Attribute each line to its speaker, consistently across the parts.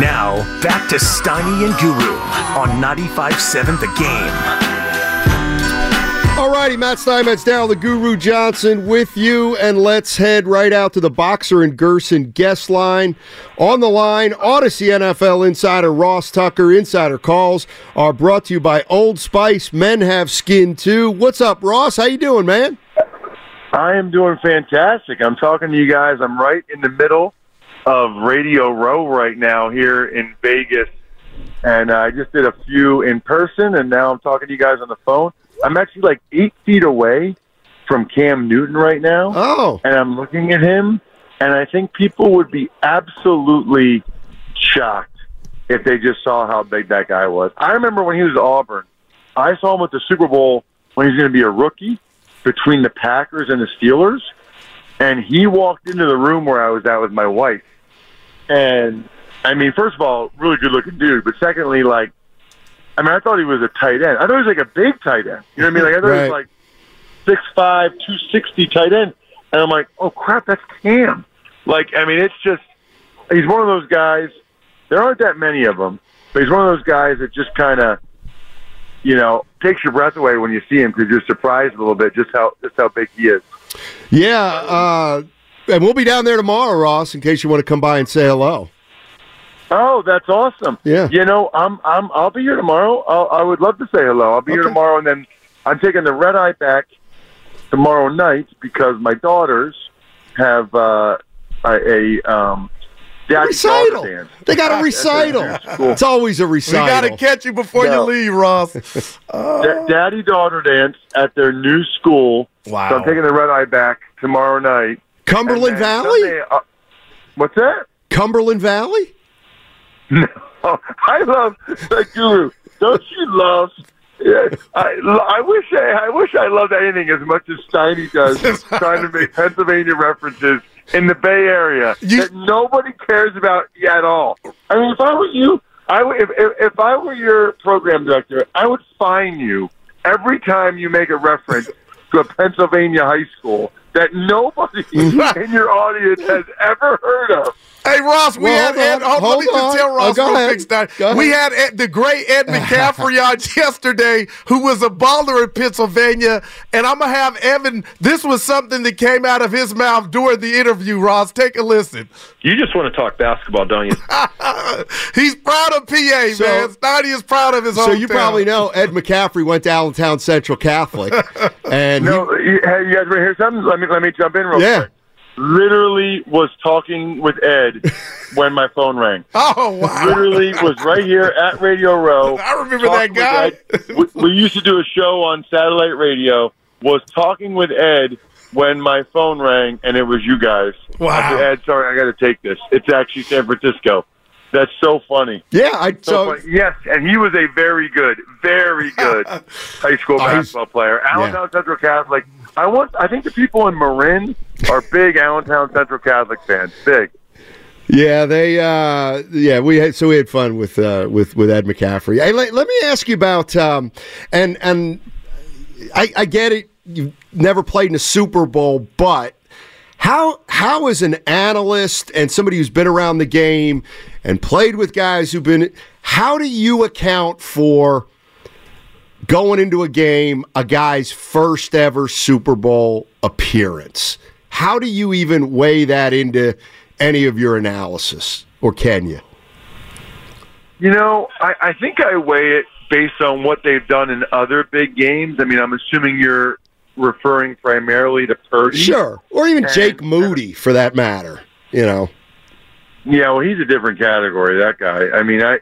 Speaker 1: Now, back to Steiny and Guru on 95.7 The Game.
Speaker 2: All righty, Matt Steinmetz, Daryl the Guru Johnson with you, and let's head right out to the Boxer and Gerson guest line. On the line, Odyssey NFL insider Ross Tucker. Insider calls are brought to you by Old Spice. Men have skin too. What's up, Ross? How you doing, man?
Speaker 3: I am doing fantastic. I'm talking to you guys. I'm right in the middle of Radio Row right now here in Vegas, and uh, I just did a few in person, and now I'm talking to you guys on the phone. I'm actually like eight feet away from Cam Newton right now,
Speaker 2: Oh,
Speaker 3: and I'm looking at him, and I think people would be absolutely shocked if they just saw how big that guy was. I remember when he was at Auburn, I saw him at the Super Bowl when he was going to be a rookie between the Packers and the Steelers, and he walked into the room where I was at with my wife, and I mean, first of all, really good looking dude, but secondly, like, I mean, I thought he was a tight end. I thought he was like a big tight end. You know what I mean? Like, I thought he was
Speaker 2: Right.
Speaker 3: like six five, two sixty tight end, and I'm like, oh crap, that's Cam. Like, I mean, it's just he's one of those guys. There aren't that many of them, but he's one of those guys that just kind of, you know, takes your breath away when you see him because you're surprised a little bit just how just how big he is.
Speaker 2: yeah, uh, and we'll be down there tomorrow, Ross, in case you want to come by and say hello.
Speaker 3: Oh, that's awesome.
Speaker 2: Yeah.
Speaker 3: You know, I'm I'm I'll be here tomorrow. I'll, I would love to say hello. I'll be here
Speaker 2: Okay.
Speaker 3: tomorrow, and then I'm taking the red eye back tomorrow night because my daughters have uh, a, a um, daddy
Speaker 2: Recital.
Speaker 3: daughter dance.
Speaker 2: They got a
Speaker 3: That's
Speaker 2: recital.
Speaker 3: it. Cool.
Speaker 2: It's always a
Speaker 4: We got
Speaker 2: recital.
Speaker 4: to catch you before
Speaker 3: No.
Speaker 4: you leave, Ross.
Speaker 2: Uh,
Speaker 3: Da- daddy daughter dance at their new school.
Speaker 4: Wow.
Speaker 3: So I'm taking the red eye back tomorrow night. And
Speaker 2: Cumberland
Speaker 3: then
Speaker 2: Valley.
Speaker 3: Sunday, uh, what's that?
Speaker 2: Cumberland Valley.
Speaker 3: Oh, I love the guru. Don't you love? Yeah, I, I wish I, I wish I loved anything as much as Steiny does, trying to make Pennsylvania references in the Bay Area
Speaker 4: You-
Speaker 3: that nobody cares about at all. I mean, if I were you, I would, if, if if I were your program director, I would fine you every time you make a reference to a Pennsylvania high school that nobody in your audience has ever heard of.
Speaker 4: Hey Ross, we
Speaker 2: Well, hold
Speaker 4: had Ed.
Speaker 2: on,
Speaker 4: Hold, on, let me
Speaker 2: hold
Speaker 4: just
Speaker 2: on.
Speaker 4: tell Ross
Speaker 2: Oh, go
Speaker 4: real
Speaker 2: ahead.
Speaker 4: quick, Stein.
Speaker 2: Go ahead.
Speaker 4: We had Ed, the great Ed McCaffrey on yesterday, who was a baller in Pennsylvania, and I'm gonna have Evan. This was something that came out of his mouth during the interview. Ross, take a listen. Uh,
Speaker 5: You just want to talk basketball, don't you?
Speaker 4: He's proud of PA,
Speaker 2: So-
Speaker 4: man. Stoney is proud of his.
Speaker 2: So you
Speaker 4: hometown.
Speaker 2: probably know Ed McCaffrey went to Allentown Central Catholic, and
Speaker 3: No, you, hey, you guys want to hear something? Let me let me jump in real
Speaker 2: Yeah.
Speaker 3: quick. Literally was talking with Ed when my phone rang.
Speaker 4: Oh wow!
Speaker 3: Literally was right here at Radio Row.
Speaker 4: I remember that
Speaker 3: talking
Speaker 4: guy.
Speaker 3: with Ed. We, we used to do a show on satellite radio. Was talking with Ed when my phone rang, and it was you guys.
Speaker 4: Wow.
Speaker 3: I said, Ed, sorry, I got to take this. It's actually San Francisco. That's so funny.
Speaker 2: he, yeah, I so
Speaker 3: So, yes, and he was a very good, very good high school
Speaker 2: Oh, he's-
Speaker 3: basketball player. Allentown Central Catholic. I want. I think the people in Marin are big Allentown Central Catholic fans. Big.
Speaker 2: yeah they uh, yeah we had, so we had fun with uh, with with Ed McCaffrey. Hey, let, let me ask you about um, and and I, I get it. You've never played in a Super Bowl, but how how is an analyst and somebody who's been around the game and played with guys who've been how do you account for going into a game a guy's first ever Super Bowl appearance? How do you even weigh that into any of your analysis, or can you?
Speaker 3: You know, I, I think I weigh it based on what they've done in other big games. I mean, I'm assuming you're referring primarily to Purdy.
Speaker 2: Sure, or even Jake Moody for that matter. You know,
Speaker 3: Yeah. Well, he's a different category. That guy. I mean, I,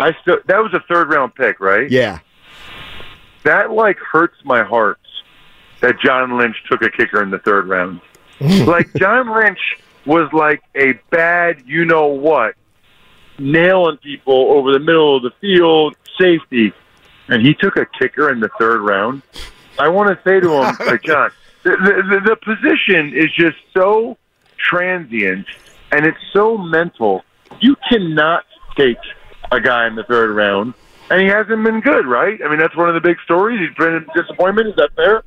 Speaker 3: I still. That was a third round pick, right?
Speaker 2: yeah,
Speaker 3: that like hurts my heart that John Lynch took a kicker in the third round. like John Lynch was like a bad, you know what, nailing people over the middle of the field, safety, and he took a kicker in the third round. I want to say to him, like John, the, the, the position is just so transient and it's so mental. You cannot take a guy in the third round, and he hasn't been good, right? I mean, that's one of the big stories. He's been a disappointment. Is that fair?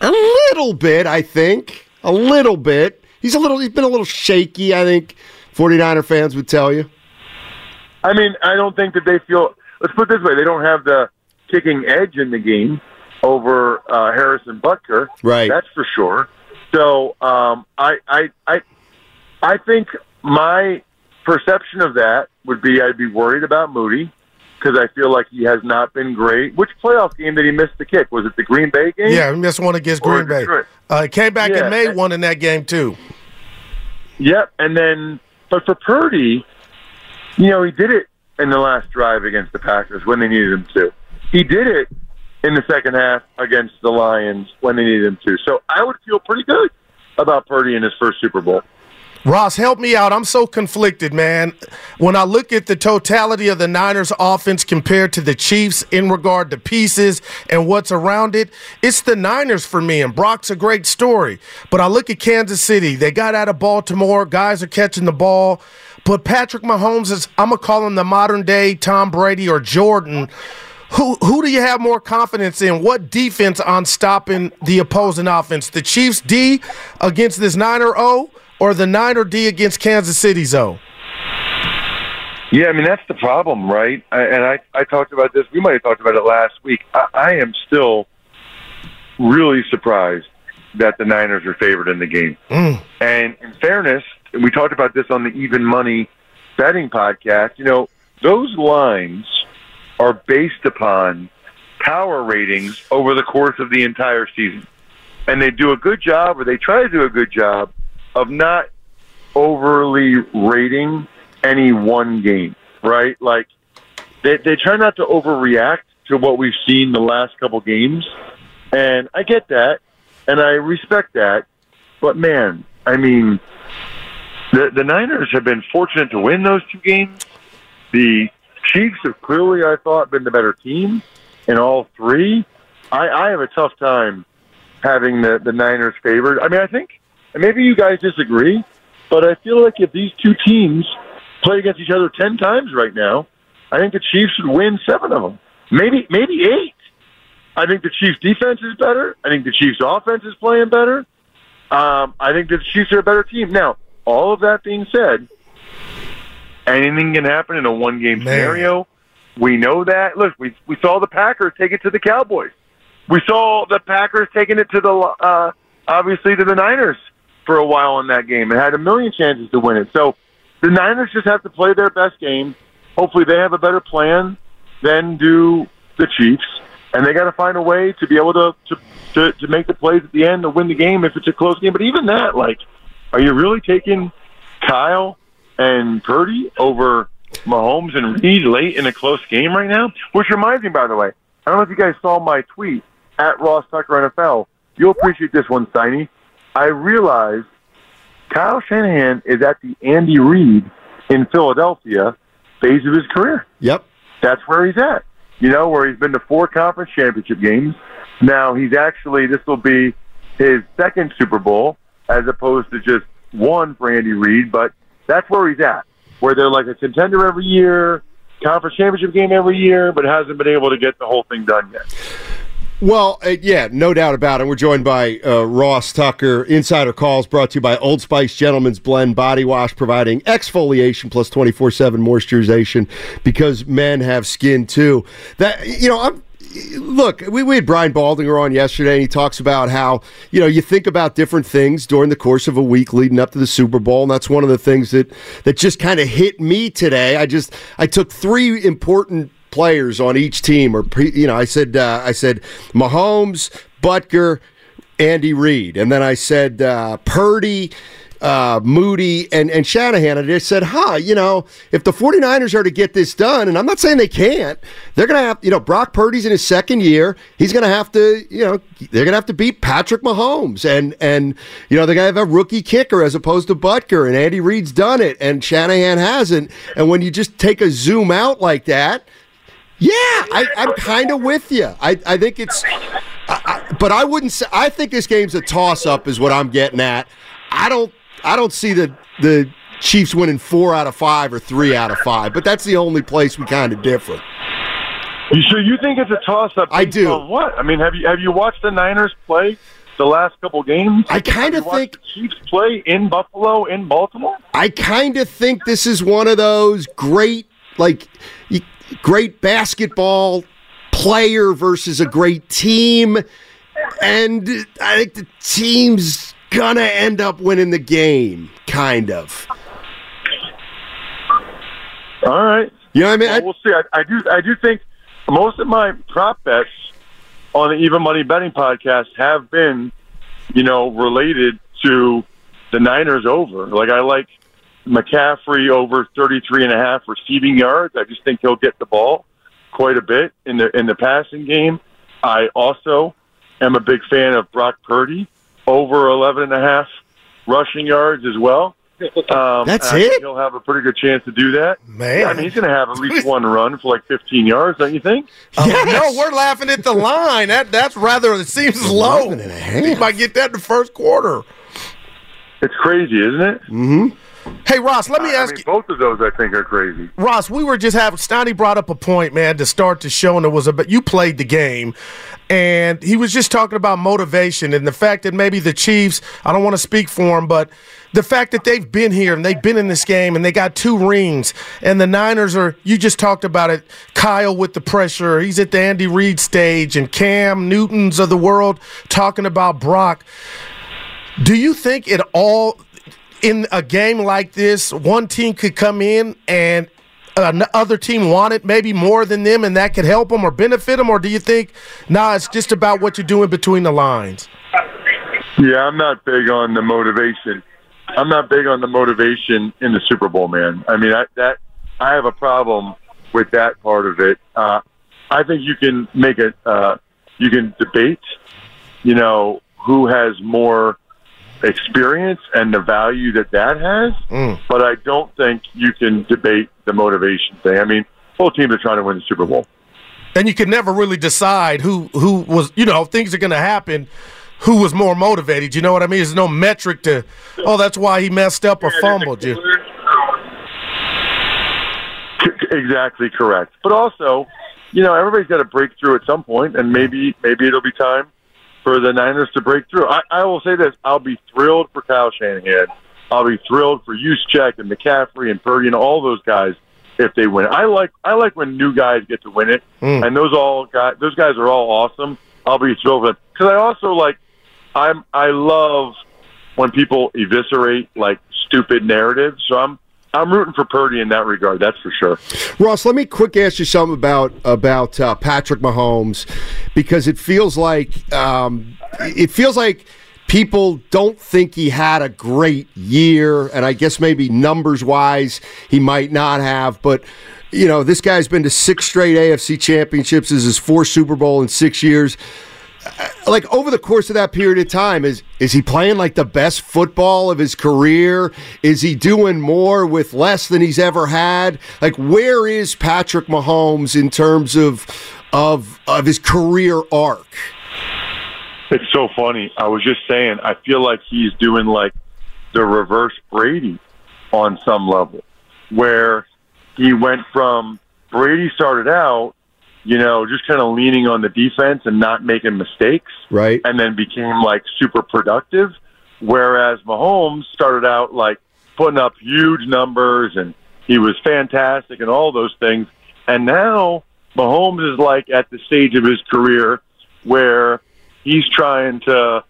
Speaker 2: A little bit, I think. A little bit. He's a little. He's been a little shaky. I think 49er fans would tell you.
Speaker 3: I mean, I don't think that they feel. Let's put it this way: they don't have the kicking edge in the game over uh, Harrison Butker.
Speaker 2: Right.
Speaker 3: That's for sure. So um, I, I, I, I think my perception of that would be I'd be worried about Moody because I feel like he has not been great. Which playoff game did he miss the kick? Was it the Green Bay game?
Speaker 4: Yeah, we missed one against
Speaker 3: Or
Speaker 4: Green Bay.
Speaker 3: Detroit.
Speaker 4: Uh, he came back
Speaker 3: Yeah.
Speaker 4: and made one in that game too.
Speaker 3: Yep. And then, but for Purdy, you know, he did it in the last drive against the Packers when they needed him to. He did it in the second half against the Lions when they needed him to. So I would feel pretty good about Purdy in his first Super Bowl.
Speaker 4: Ross, help me out. I'm so conflicted, man. When I look at the totality of the Niners offense compared to the Chiefs in regard to pieces and what's around it, it's the Niners for me, and Brock's a great story. But I look at Kansas City. They got out of Baltimore. Guys are catching the ball. But Patrick Mahomes is, I'm going to call him the modern day Tom Brady or Jordan. Who, who do you have more confidence in? What defense on stopping the opposing offense? The Chiefs D against this Niner O or the Niner D against Kansas City's O?
Speaker 3: Yeah, I mean that's the problem, right? I, and I, I talked about this. We might have talked about it last week. I, I am still really surprised that the Niners are favored in the game. And in fairness, and we talked about this on the Even Money betting podcast. You know, those lines are based upon power ratings over the course of the entire season, and they do a good job, or they try to do a good job, of not overly rating any one game, right? Like they they try not to overreact to what we've seen the last couple games, and I get that, and I respect that, but man, I mean, the the Niners have been fortunate to win those two games. The Chiefs have clearly, I thought, been the better team in all three. I, I have a tough time having the, the Niners favored. I mean, I think and maybe you guys disagree, but I feel like if these two teams played against each other ten times right now, I think the Chiefs would win seven of them, maybe maybe eight. I think the Chiefs' defense is better. I think the Chiefs' offense is playing better. Um, I think the Chiefs are a better team. Now, all of that being said, anything can happen in a one-game
Speaker 4: Man.
Speaker 3: scenario. We know that. Look, we we saw the Packers take it to the Cowboys. We saw the Packers taking it to the uh, obviously to the Niners for a while in that game and had a million chances to win it. So the Niners just have to play their best game. Hopefully, they have a better plan than do the Chiefs, and they got to find a way to be able to to, to to make the plays at the end to win the game if it's a close game. But even that, like, are you really taking Kyle and Purdy over Mahomes and Reed late in a close game right now? Which reminds me, by the way, I don't know if you guys saw my tweet at Ross Tucker NFL. You'll appreciate this one, Steiny. I realized Kyle Shanahan is at the Andy Reid in Philadelphia phase of his career
Speaker 2: Yep.
Speaker 3: that's where he's at. You know, where he's been to four conference championship games. Now he's actually this will be his second Super Bowl as opposed to just one for Andy Reid, but that's where he's at. Where they're like a contender every year, conference championship game every year, but hasn't been able to get the whole thing done yet.
Speaker 2: Well, uh, yeah, no doubt about it. We're joined by uh, Ross Tucker. Insider calls brought to you by Old Spice Gentleman's Blend Body Wash, providing exfoliation plus twenty four seven moisturization because men have skin too. That you know, I'm. Look, we, we had Brian Baldinger on yesterday, and he talks about how you know you think about different things during the course of a week leading up to the Super Bowl, and that's one of the things that that just kind of hit me today. I just I took three important players on each team, or pre, you know, I said uh, I said Mahomes, Butker, Andy Reid, and then I said uh, Purdy. uh, Moody and, and Shanahan. And they said, huh, you know, if the 49ers are to get this done, and I'm not saying they can't, they're going to have, you know, Brock Purdy's in his second year. He's going to have to, you know, they're going to have to beat Patrick Mahomes. And, and you know, they're going to have a rookie kicker as opposed to Butker. And Andy Reid's done it, and Shanahan hasn't. And when you just take a zoom out like that, yeah, I, I'm kind of with you. I, I think it's, I, I, but I wouldn't say. I think this game's a toss-up, is what I'm getting at. I don't, I don't see the the Chiefs winning four out of five or three out of five. But that's the only place we kind of differ.
Speaker 3: You sure you think it's a toss-up?
Speaker 2: I
Speaker 3: based
Speaker 2: do.
Speaker 3: on what? I mean, have you have you watched the Niners play the last couple games?
Speaker 2: I kinda
Speaker 3: Have you watched
Speaker 2: think-
Speaker 3: the Chiefs play in Buffalo, in Baltimore.
Speaker 2: I kind of think this is one of those great, like, y- great basketball player versus a great team. And I think the team's going to end up winning the game, kind of.
Speaker 3: All right.
Speaker 2: You know what I mean? I-
Speaker 3: Well, we'll see. I, I do. I do think most of my prop bets on the Even Money Betting podcast have been, you know, related to the Niners over. Like I like McCaffrey over 33 and a half receiving yards. I just think he'll get the ball quite a bit in the in the passing game. I also am a big fan of Brock Purdy over 11 and a half rushing yards as well. Um,
Speaker 2: That's
Speaker 3: and I think
Speaker 2: it?
Speaker 3: He'll have a pretty good chance to do that.
Speaker 4: Man.
Speaker 3: I mean, he's going to have at least one run for like 15 yards, don't you think?
Speaker 4: Um, No, we're laughing at the line. That that's rather it seems low.
Speaker 2: and a half.
Speaker 4: He might get that in the first quarter.
Speaker 3: It's crazy, isn't it?
Speaker 4: Hey Ross, let me
Speaker 3: I
Speaker 4: ask
Speaker 3: mean,
Speaker 4: you.
Speaker 3: both of those, I think, are crazy.
Speaker 4: Ross, we were just having Stoney brought up a point, man, to start the show, and it was about you played the game, and he was just talking about motivation and the fact that maybe the Chiefs. I don't want to speak for him, but the fact that they've been here and they've been in this game and they got two rings, and the Niners are. You just talked about it, Kyle with the pressure. He's at the Andy Reid stage, and Cam Newton's of the world talking about Brock. Do you think it all in a game like this, one team could come in and another team wanted maybe more than them, and that could help them or benefit them? Or do you think, nah, it's just about what you're doing between the lines?
Speaker 3: Yeah, I'm not big on the motivation. I'm not big on the motivation in the Super Bowl, man. I mean, I, that I have a problem with that part of it. Uh, I think you can make it. Uh, you can debate, you know, who has more experience and the value that that has. But I don't think you can debate the motivation thing. I mean, both teams are trying to win the Super Bowl.
Speaker 4: And you could never really decide who who was, you know, things are going to happen. Who was more motivated? You know what I mean? There's no metric to, oh, that's why he messed up or fumbled. You,
Speaker 3: Exactly correct. But also, you know, everybody's got to break through at some point, and maybe maybe it'll be time for the Niners to break through. I, I will say this: I'll be thrilled for Kyle Shanahan. I'll be thrilled for Juszczyk and McCaffrey and Purdy and all those guys if they win. I like I like when new guys get to win it,
Speaker 4: Hmm.
Speaker 3: and those all guys those guys are all awesome. I'll be thrilled for them because I also like I'm I love when people eviscerate like stupid narratives. So I'm I'm rooting for Purdy in that regard. That's for sure.
Speaker 2: Ross, let me quick ask you something about about uh, Patrick Mahomes because it feels like um, it feels like people don't think he had a great year, and I guess maybe numbers wise he might not have, but. You know, this guy's been to six straight AFC championships. This is his fourth Super Bowl in six years Uh, like over the course of that period of time is is he playing like the best football of his career is he doing more with less than he's ever had like where is patrick mahomes in terms of of of his career arc
Speaker 3: It's so funny. I was just saying, I feel like he's doing like the reverse Brady on some level, where he went from Brady started out, you know, just kind of leaning on the defense and not making mistakes,
Speaker 2: right
Speaker 3: and then became like super productive. Whereas Mahomes started out like putting up huge numbers and he was fantastic and all those things. And now Mahomes is like at the stage of his career where he's trying to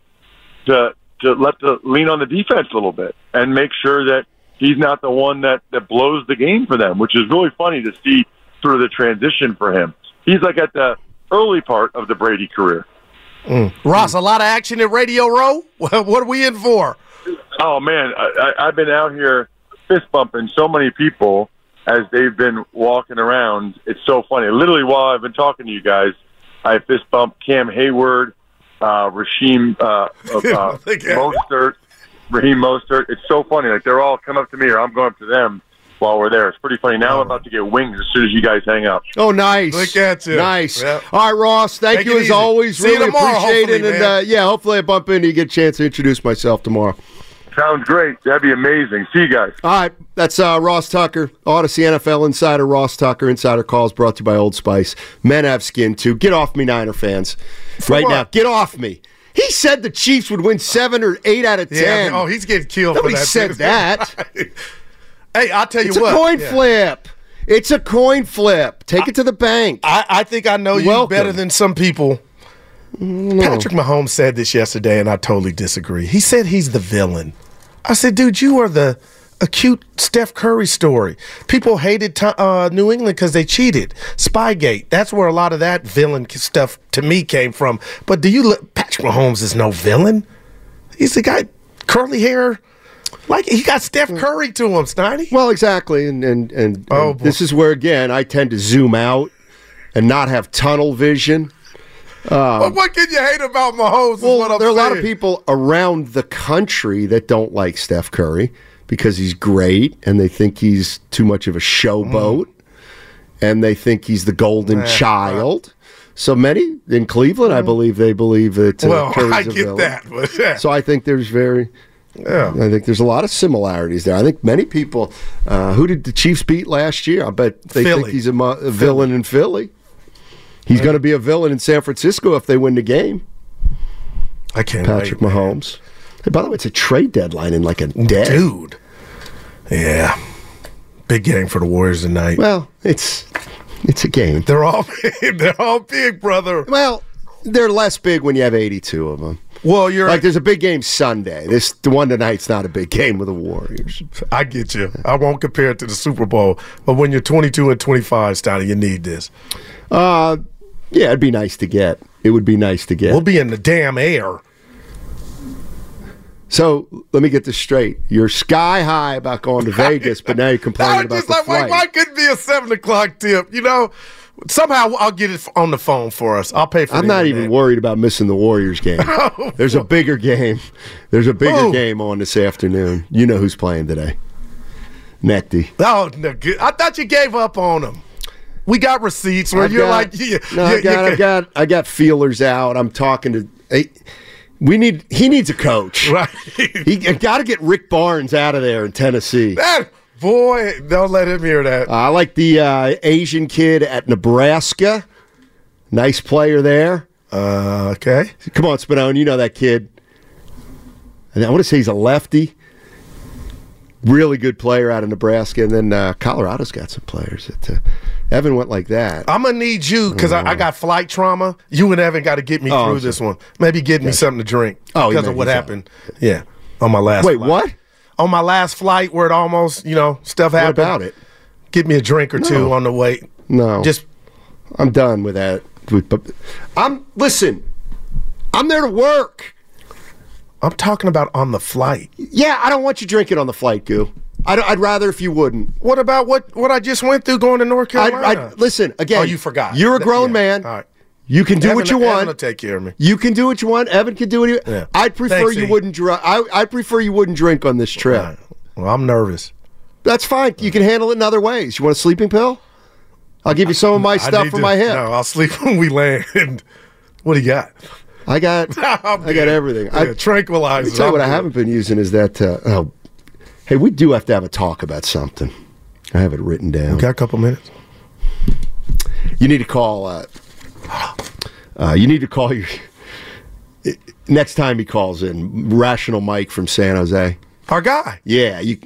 Speaker 3: to to let the lean on the defense a little bit and make sure that he's not the one that that blows the game for them, which is really funny to see sort of the transition for him. He's like at the early part of the Brady career.
Speaker 4: Ross, a lot of action at Radio Row. what are we in for?
Speaker 3: Oh man, I, I, I've been out here fist bumping so many people as they've been walking around. It's so funny. Literally, while I've been talking to you guys, I fist bumped Cam Hayward, uh, Rasheem uh,
Speaker 2: Oh,
Speaker 3: of, uh, Mostert, Raheem Mostert. It's so funny. Like they're all come up to me, or I'm going up to them while we're there. It's pretty funny. Now I'm about to get wings as soon as you guys hang up.
Speaker 2: Oh, nice.
Speaker 4: Look at you.
Speaker 2: Nice.
Speaker 4: Yep.
Speaker 2: All right, Ross. Thank
Speaker 4: Take
Speaker 2: you
Speaker 4: it
Speaker 2: as
Speaker 4: easy.
Speaker 2: always.
Speaker 4: See you
Speaker 2: really
Speaker 4: tomorrow,
Speaker 2: appreciate it.
Speaker 4: hopefully,
Speaker 2: And
Speaker 4: man.
Speaker 2: uh, yeah, hopefully I bump into you, get a chance to introduce myself tomorrow.
Speaker 3: Sounds great. That'd be amazing. See you guys.
Speaker 2: All right, that's uh, Ross Tucker, Odyssey NFL Insider. Ross Tucker, Insider Calls brought to you by Old Spice. Men have skin too. Get off me, Niner fans, right
Speaker 4: what?
Speaker 2: now. Get off me. He said the Chiefs would win seven or eight out of
Speaker 4: Yeah.
Speaker 2: ten.
Speaker 4: Oh, he's getting killed
Speaker 2: Nobody
Speaker 4: for that.
Speaker 2: said that.
Speaker 4: hey, I'll tell you
Speaker 2: It's a
Speaker 4: what.
Speaker 2: coin
Speaker 4: Yeah.
Speaker 2: flip. It's a coin flip. Take it to the bank.
Speaker 4: I, I think I know you
Speaker 2: Welcome. Mm,
Speaker 4: better than some people. Patrick Mahomes said this yesterday, and I totally disagree. He said he's the villain. I said, dude, you are the acute Steph Curry story. People hated to- uh, New England because they cheated. Spygate. That's where a lot of that villain k- stuff to me came from. But do you look? Patrick Mahomes is no villain. He's the guy, curly hair. Like he got Steph
Speaker 2: Mm.
Speaker 4: Curry to him, Stiney.
Speaker 2: Well, exactly, and and and,
Speaker 4: Oh,
Speaker 2: and
Speaker 4: boy.
Speaker 2: this is where again I tend to zoom out and not have tunnel vision.
Speaker 4: But what can you hate about Mahomes? is what I'm
Speaker 2: there are a lot of
Speaker 4: saying.
Speaker 2: people around the country that don't like Steph Curry because he's great and they think he's too much of a showboat and they think he's the golden child. So many in Cleveland, I believe they believe that uh,
Speaker 4: Mm. Well,
Speaker 2: Curry's
Speaker 4: I
Speaker 2: a
Speaker 4: get
Speaker 2: villain.
Speaker 4: that, but yeah.
Speaker 2: So I think there's very, I think there's a lot of similarities there. I think many people, uh, who did the Chiefs beat last year? I bet they
Speaker 4: Philly.
Speaker 2: think he's a, mo- a villain in Philly. He's going to be a villain in San Francisco if they win the game.
Speaker 4: I can't.
Speaker 2: Patrick
Speaker 4: wait, man.
Speaker 2: Mahomes. Hey, by the way, it's a trade deadline in like a day.
Speaker 4: dude. Yeah, big game for the Warriors tonight.
Speaker 2: Well, it's it's a game.
Speaker 4: They're all big. They're all big, brother.
Speaker 2: Well, they're less big when you have 82 of them.
Speaker 4: Well, you're.
Speaker 2: Like there's a big game Sunday. This the one tonight's not a big game with the Warriors.
Speaker 4: I get you. I won't compare it to the Super Bowl, but when you're 22 and 25, Stoney, you need this.
Speaker 2: Uh yeah, it'd be nice to get. It would be nice to get.
Speaker 4: We'll be in the damn air.
Speaker 2: so let me get this straight. You're sky high about going to Vegas, but now you're
Speaker 4: I
Speaker 2: complaining
Speaker 4: was
Speaker 2: about
Speaker 4: just
Speaker 2: the
Speaker 4: like, wait,
Speaker 2: flight.
Speaker 4: why couldn't it be a seven o'clock tip? You know, somehow I'll get it on the phone for us. I'll pay for.
Speaker 2: I'm
Speaker 4: the
Speaker 2: not
Speaker 4: internet.
Speaker 2: even worried about missing the Warriors game. There's a bigger game. There's a bigger
Speaker 4: Oh, Who?
Speaker 2: game on this afternoon. You know who's playing today. Necty.
Speaker 4: Oh, no, good. I thought you gave up on them. We got receipts where
Speaker 2: I've
Speaker 4: you're
Speaker 2: got-
Speaker 4: like, yeah,
Speaker 2: no, I got, I got, I got feelers out. I'm talking to. I- we need. He needs a coach.
Speaker 4: right.
Speaker 2: He got to get Rick Barnes out of there in Tennessee. Uh,
Speaker 4: that boy, don't let him hear that.
Speaker 2: I like the uh, Asian kid at Nebraska. Nice player there.
Speaker 4: Uh, okay.
Speaker 2: Come on, Spinone. You know that kid. And I want to say he's a lefty. Really good player out of Nebraska. And then uh, Colorado's got some players. That, uh, Evan went like that.
Speaker 4: I'm gonna need you because I, I got flight trauma. You and Evan got to get me
Speaker 2: Mm-hmm. Oh,
Speaker 4: through
Speaker 2: I'm
Speaker 4: this one. Maybe get me something to drink.
Speaker 2: Oh, he
Speaker 4: because
Speaker 2: meant
Speaker 4: of what
Speaker 2: he's
Speaker 4: happened. Yeah, on my last.
Speaker 2: Wait,
Speaker 4: flight.
Speaker 2: what?
Speaker 4: On my last flight, where it almost, you know, stuff
Speaker 2: What
Speaker 4: happened.
Speaker 2: about it?
Speaker 4: Get me a drink or two on the way.
Speaker 2: No.
Speaker 4: Just
Speaker 2: I'm done with that. With- but- I'm listen. I'm there to work.
Speaker 4: I'm talking about on the flight.
Speaker 2: Yeah, I don't want you drinking on the flight, Goo. I'd, I'd rather if you wouldn't.
Speaker 4: What about what what I just went through going to North
Speaker 2: I'd,
Speaker 4: Carolina?
Speaker 2: I'd, listen again.
Speaker 4: Oh, you forgot.
Speaker 2: You're a
Speaker 4: Th-
Speaker 2: grown
Speaker 4: yeah.
Speaker 2: man.
Speaker 4: All right.
Speaker 2: You can do what you
Speaker 4: Evan-
Speaker 2: want.
Speaker 4: Evan will take care of me.
Speaker 2: You can do what you want. Evan can do what he.
Speaker 4: Yeah.
Speaker 2: I'd prefer
Speaker 4: Thanks,
Speaker 2: you
Speaker 4: E.
Speaker 2: wouldn't drink. I I prefer you wouldn't drink on this trip.
Speaker 4: All right. Well, I'm nervous.
Speaker 2: That's fine. You can handle it in other ways. You want a sleeping pill? I'll give you some of my
Speaker 4: I
Speaker 2: stuff
Speaker 4: need
Speaker 2: for
Speaker 4: to-
Speaker 2: my hip.
Speaker 4: No, I'll sleep when we land. what do you got?
Speaker 2: I got
Speaker 4: I'm
Speaker 2: I got
Speaker 4: good.
Speaker 2: everything.
Speaker 4: Yeah,
Speaker 2: I,
Speaker 4: tranquilizer.
Speaker 2: Let me tell you what
Speaker 4: I'm
Speaker 2: I
Speaker 4: good.
Speaker 2: haven't been using is that. Uh, oh, hey, we do have to have a talk about something. I have it written down.
Speaker 4: Got a couple minutes.
Speaker 2: You need to call. Uh, uh, you need to call your next time he calls in. Rational Mike from San Jose.
Speaker 4: Our guy.
Speaker 2: Yeah, you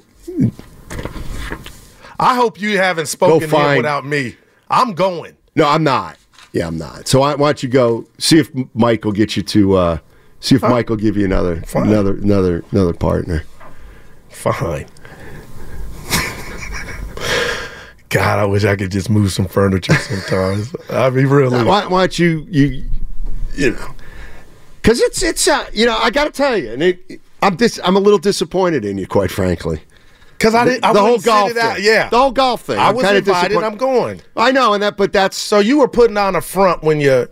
Speaker 4: I hope you haven't spoken to him
Speaker 2: find-
Speaker 4: without me. I'm going.
Speaker 2: No, I'm not. Yeah, I'm not. So I, why don't you go see if M- Mike will get you to uh, see if Mike will give you another
Speaker 4: Fine.
Speaker 2: another another another partner.
Speaker 4: Fine. God, I wish I could just move some furniture sometimes. I mean, really.
Speaker 2: Why, why don't you you you know? Because it's it's uh, you know I got to tell you, and it, I'm dis- I'm a little disappointed in you, quite frankly.
Speaker 4: Because I didn't. I
Speaker 2: the whole
Speaker 4: wouldn't sit
Speaker 2: golf
Speaker 4: it out.
Speaker 2: thing.
Speaker 4: Yeah.
Speaker 2: The whole golf thing.
Speaker 4: I
Speaker 2: I'm
Speaker 4: was
Speaker 2: kinda
Speaker 4: invited.
Speaker 2: disappoint-
Speaker 4: I'm going.
Speaker 2: I know, and that, but that's
Speaker 4: So you were putting on a front when you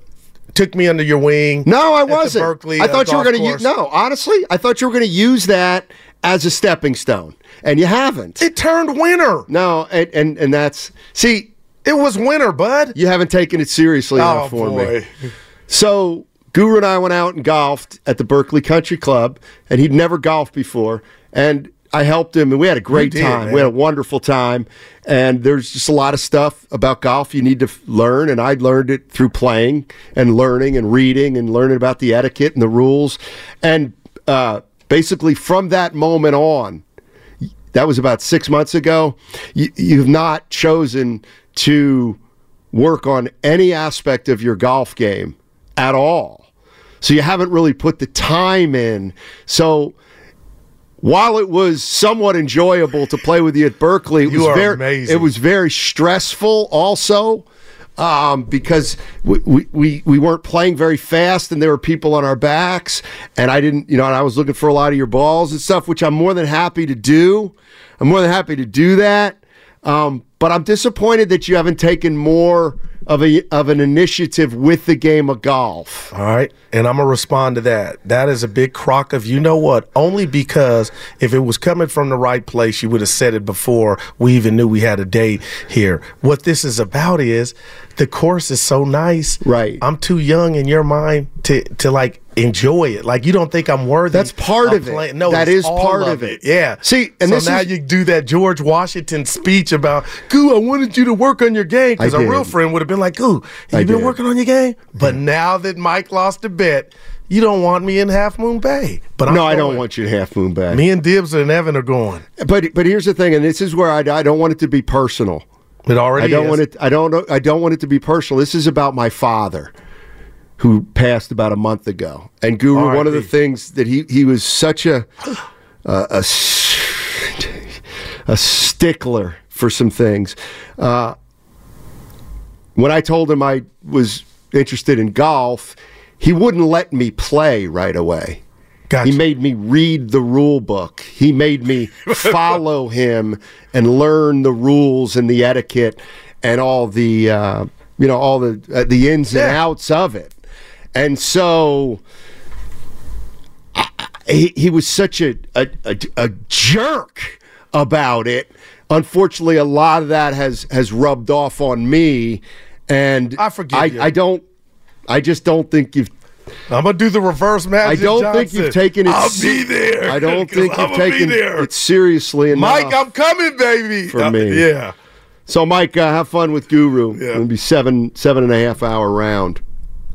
Speaker 4: took me under your wing.
Speaker 2: No, I
Speaker 4: at the
Speaker 2: wasn't.
Speaker 4: Berkeley. uh,
Speaker 2: I thought you were
Speaker 4: going
Speaker 2: going to use. No, honestly, I thought you were going to use that as a stepping stone, and you haven't.
Speaker 4: It turned winter.
Speaker 2: no, and, and and that's see,
Speaker 4: It was winter, bud.
Speaker 2: you haven't taken it seriously
Speaker 4: oh
Speaker 2: enough for me.
Speaker 4: boy.
Speaker 2: So Guru and I went out and golfed at the Berkeley Country Club, and he'd never golfed before, and I helped him, and we had a great
Speaker 4: did,
Speaker 2: time.
Speaker 4: man.
Speaker 2: We had a wonderful time, and there's just a lot of stuff about golf you need to f- learn, and I learned it through playing and learning and reading and learning about the etiquette and the rules, and uh, basically from that moment on, that was about six months ago. You, you've not chosen to work on any aspect of your golf game at all. So you haven't really put the time in. So while it was somewhat enjoyable to play with you at Berkeley, it
Speaker 4: You
Speaker 2: was
Speaker 4: are
Speaker 2: very
Speaker 4: amazing.
Speaker 2: it was very stressful also. Um, because we, we, we, we weren't playing very fast and there were people on our backs and I didn't, you know, and I was looking for a lot of your balls and stuff, which I'm more than happy to do. I'm more than happy to do that. Um, but I'm disappointed that you haven't taken more of a, of an initiative with the game of golf.
Speaker 4: All right. And I'm going to respond to that. That is a big crock of, you know what? Only because if it was coming from the right place, you would have said it before we even knew we had a date here. What this is about is the course is so nice.
Speaker 2: Right.
Speaker 4: I'm too young in your mind to, to like enjoy it. Like you don't think I'm worthy.
Speaker 2: That's part of it.
Speaker 4: play-
Speaker 2: That
Speaker 4: it's
Speaker 2: is
Speaker 4: all
Speaker 2: part of it.
Speaker 4: Yeah.
Speaker 2: See, and
Speaker 4: so
Speaker 2: this
Speaker 4: now
Speaker 2: is-
Speaker 4: you do that George Washington speech about, Goo, I wanted you to work on your game. Because
Speaker 2: I
Speaker 4: a real
Speaker 2: did.
Speaker 4: friend would have been like, Goo, have
Speaker 2: I
Speaker 4: you been
Speaker 2: did.
Speaker 4: working on your game? But now that Mike lost a bet, you don't want me in Half Moon Bay. But I'm
Speaker 2: No, I don't
Speaker 4: going.
Speaker 2: want you to half moon back.
Speaker 4: Me and Dibs and Evan are going.
Speaker 2: But but here's the thing, and this is where I, I don't want it to be personal.
Speaker 4: It already.
Speaker 2: I don't
Speaker 4: is.
Speaker 2: want it. I don't. know- I don't want it to be personal. This is about my father, who passed about a month ago. And Guru, one of the
Speaker 4: R.I.P..
Speaker 2: things that he he was such a a, a s- a stickler for some things. Uh, when I told him I was interested in golf, he wouldn't let me play right away.
Speaker 4: Gotcha.
Speaker 2: He made me read the rule book. He made me follow him and learn the rules and the etiquette and all the uh, you know all the uh, the ins and
Speaker 4: Yeah.
Speaker 2: outs of it. And so I- I- he, he was such a, a, a, a jerk about it. Unfortunately, a lot of that has has rubbed off on me, and
Speaker 4: I forgive
Speaker 2: I,
Speaker 4: you.
Speaker 2: I don't. I just don't think you've
Speaker 4: I'm gonna do the reverse
Speaker 2: I
Speaker 4: magic.
Speaker 2: don't think you've
Speaker 4: Johnson.
Speaker 2: taken it.
Speaker 4: I'll
Speaker 2: se-
Speaker 4: be there.
Speaker 2: I don't
Speaker 4: 'cause
Speaker 2: think you've
Speaker 4: I'ma be
Speaker 2: taken
Speaker 4: there.
Speaker 2: it seriously enough.
Speaker 4: Mike, I'm coming, baby.
Speaker 2: For
Speaker 4: Uh,
Speaker 2: me.
Speaker 4: yeah.
Speaker 2: so, Mike, uh, have fun with Guru.
Speaker 4: Yeah.
Speaker 2: It'll be seven seven and a half hour round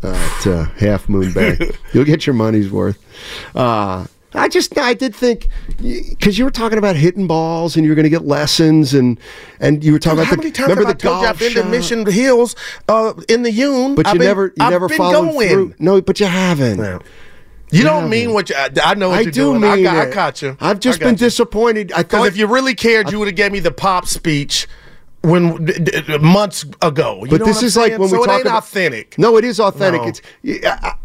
Speaker 2: at uh, Half Moon Bay. You'll get your money's worth. Uh, I just I did think because you were talking about hitting balls and you were going to get lessons and and you were talking
Speaker 4: How
Speaker 2: about the,
Speaker 4: many times
Speaker 2: remember
Speaker 4: have I
Speaker 2: the
Speaker 4: told you I've
Speaker 2: golf
Speaker 4: been to
Speaker 2: shot?
Speaker 4: Mission Hills uh, in the Yune?
Speaker 2: But you
Speaker 4: I've been-
Speaker 2: never you
Speaker 4: I've
Speaker 2: never
Speaker 4: been
Speaker 2: followed
Speaker 4: going.
Speaker 2: through. No, but you haven't.
Speaker 4: Yeah. You don't mean what you. I, I know what
Speaker 2: I
Speaker 4: you're
Speaker 2: do
Speaker 4: doing.
Speaker 2: mean
Speaker 4: I, got,
Speaker 2: it.
Speaker 4: I caught you.
Speaker 2: I've just
Speaker 4: I got
Speaker 2: been
Speaker 4: you.
Speaker 2: disappointed. I
Speaker 4: Because
Speaker 2: thought
Speaker 4: if you really cared, you would have gave me the pop speech when d- d- d- months ago. You
Speaker 2: But
Speaker 4: know
Speaker 2: this
Speaker 4: what I'm
Speaker 2: is like
Speaker 4: saying?
Speaker 2: when we
Speaker 4: So it
Speaker 2: talk
Speaker 4: ain't
Speaker 2: about-
Speaker 4: authentic.
Speaker 2: No, it is authentic.
Speaker 4: No.
Speaker 2: It's y- I-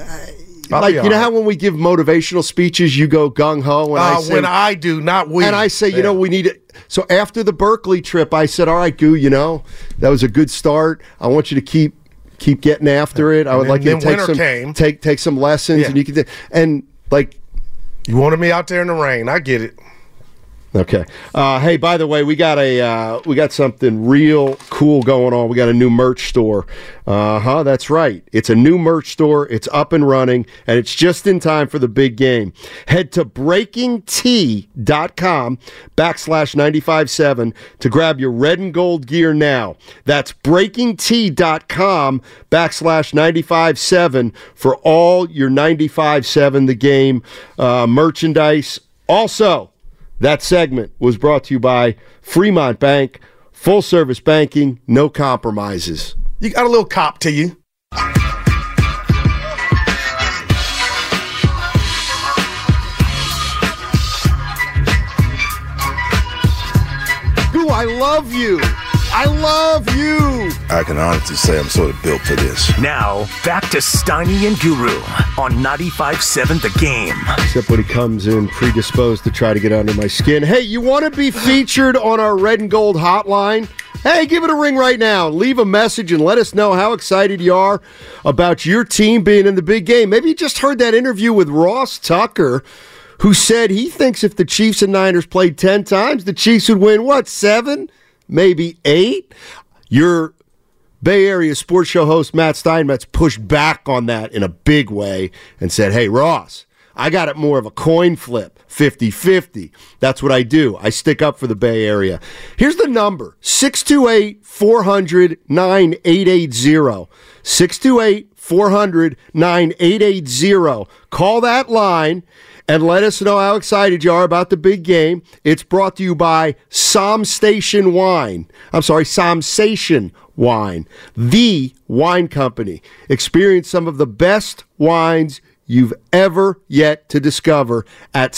Speaker 2: I-
Speaker 4: I'll
Speaker 2: like
Speaker 4: be
Speaker 2: you
Speaker 4: all
Speaker 2: know
Speaker 4: right.
Speaker 2: how when we give motivational speeches, you go gung ho, and I
Speaker 4: Uh,
Speaker 2: say,
Speaker 4: when I do, not we.
Speaker 2: and I say, you
Speaker 4: Yeah.
Speaker 2: know, we need it. So after the Berkeley trip, I said, all right, Goo, you know, that was a good start. I want you to keep keep getting after it. I would
Speaker 4: then-
Speaker 2: like you to
Speaker 4: then
Speaker 2: take
Speaker 4: winter
Speaker 2: some
Speaker 4: came.
Speaker 2: take take some lessons,
Speaker 4: Yeah.
Speaker 2: and you can t- and like
Speaker 4: you wanted me out there in the rain. I get it.
Speaker 2: Okay. Uh, hey, by the way, we got a uh, we got something real cool going on. We got a new merch store. Uh huh. That's right. It's a new merch store. It's up and running, and it's just in time for the big game. Head to breakingt.com backslash 957 to grab your red and gold gear now. That's breakingt.com backslash 957 for all your 957 the game uh, merchandise. Also. That segment was brought to you by Fremont Bank, full service banking, no compromises.
Speaker 4: You got a little cop to you.
Speaker 2: Goo, I love you. I I love you.
Speaker 6: I can honestly say I'm sort of built for this.
Speaker 1: Now, back to Steiny and Guru on 95.7 The Game.
Speaker 2: Except when he comes in predisposed to try to get under my skin. Hey, you want to be featured on our red and gold hotline? Hey, give it a ring right now. Leave a message and let us know how excited you are about your team being in the big game. Maybe you just heard that interview with Ross Tucker, who said he thinks if the Chiefs and Niners played 10 times, the Chiefs would win, what, seven? Maybe eight? Your Bay Area sports show host Matt Steinmetz pushed back on that in a big way and said, Hey, Ross, I got it more of a coin flip, 50 50. That's what I do. I stick up for the Bay Area. Here's the number 628 400 9880. 628 400 9880. Call that line and let us know how excited you are about the big game. It's brought to you by Som Station Wine. I'm sorry, Somsation Wine, the wine company. Experience some of the best wines you've ever yet to discover at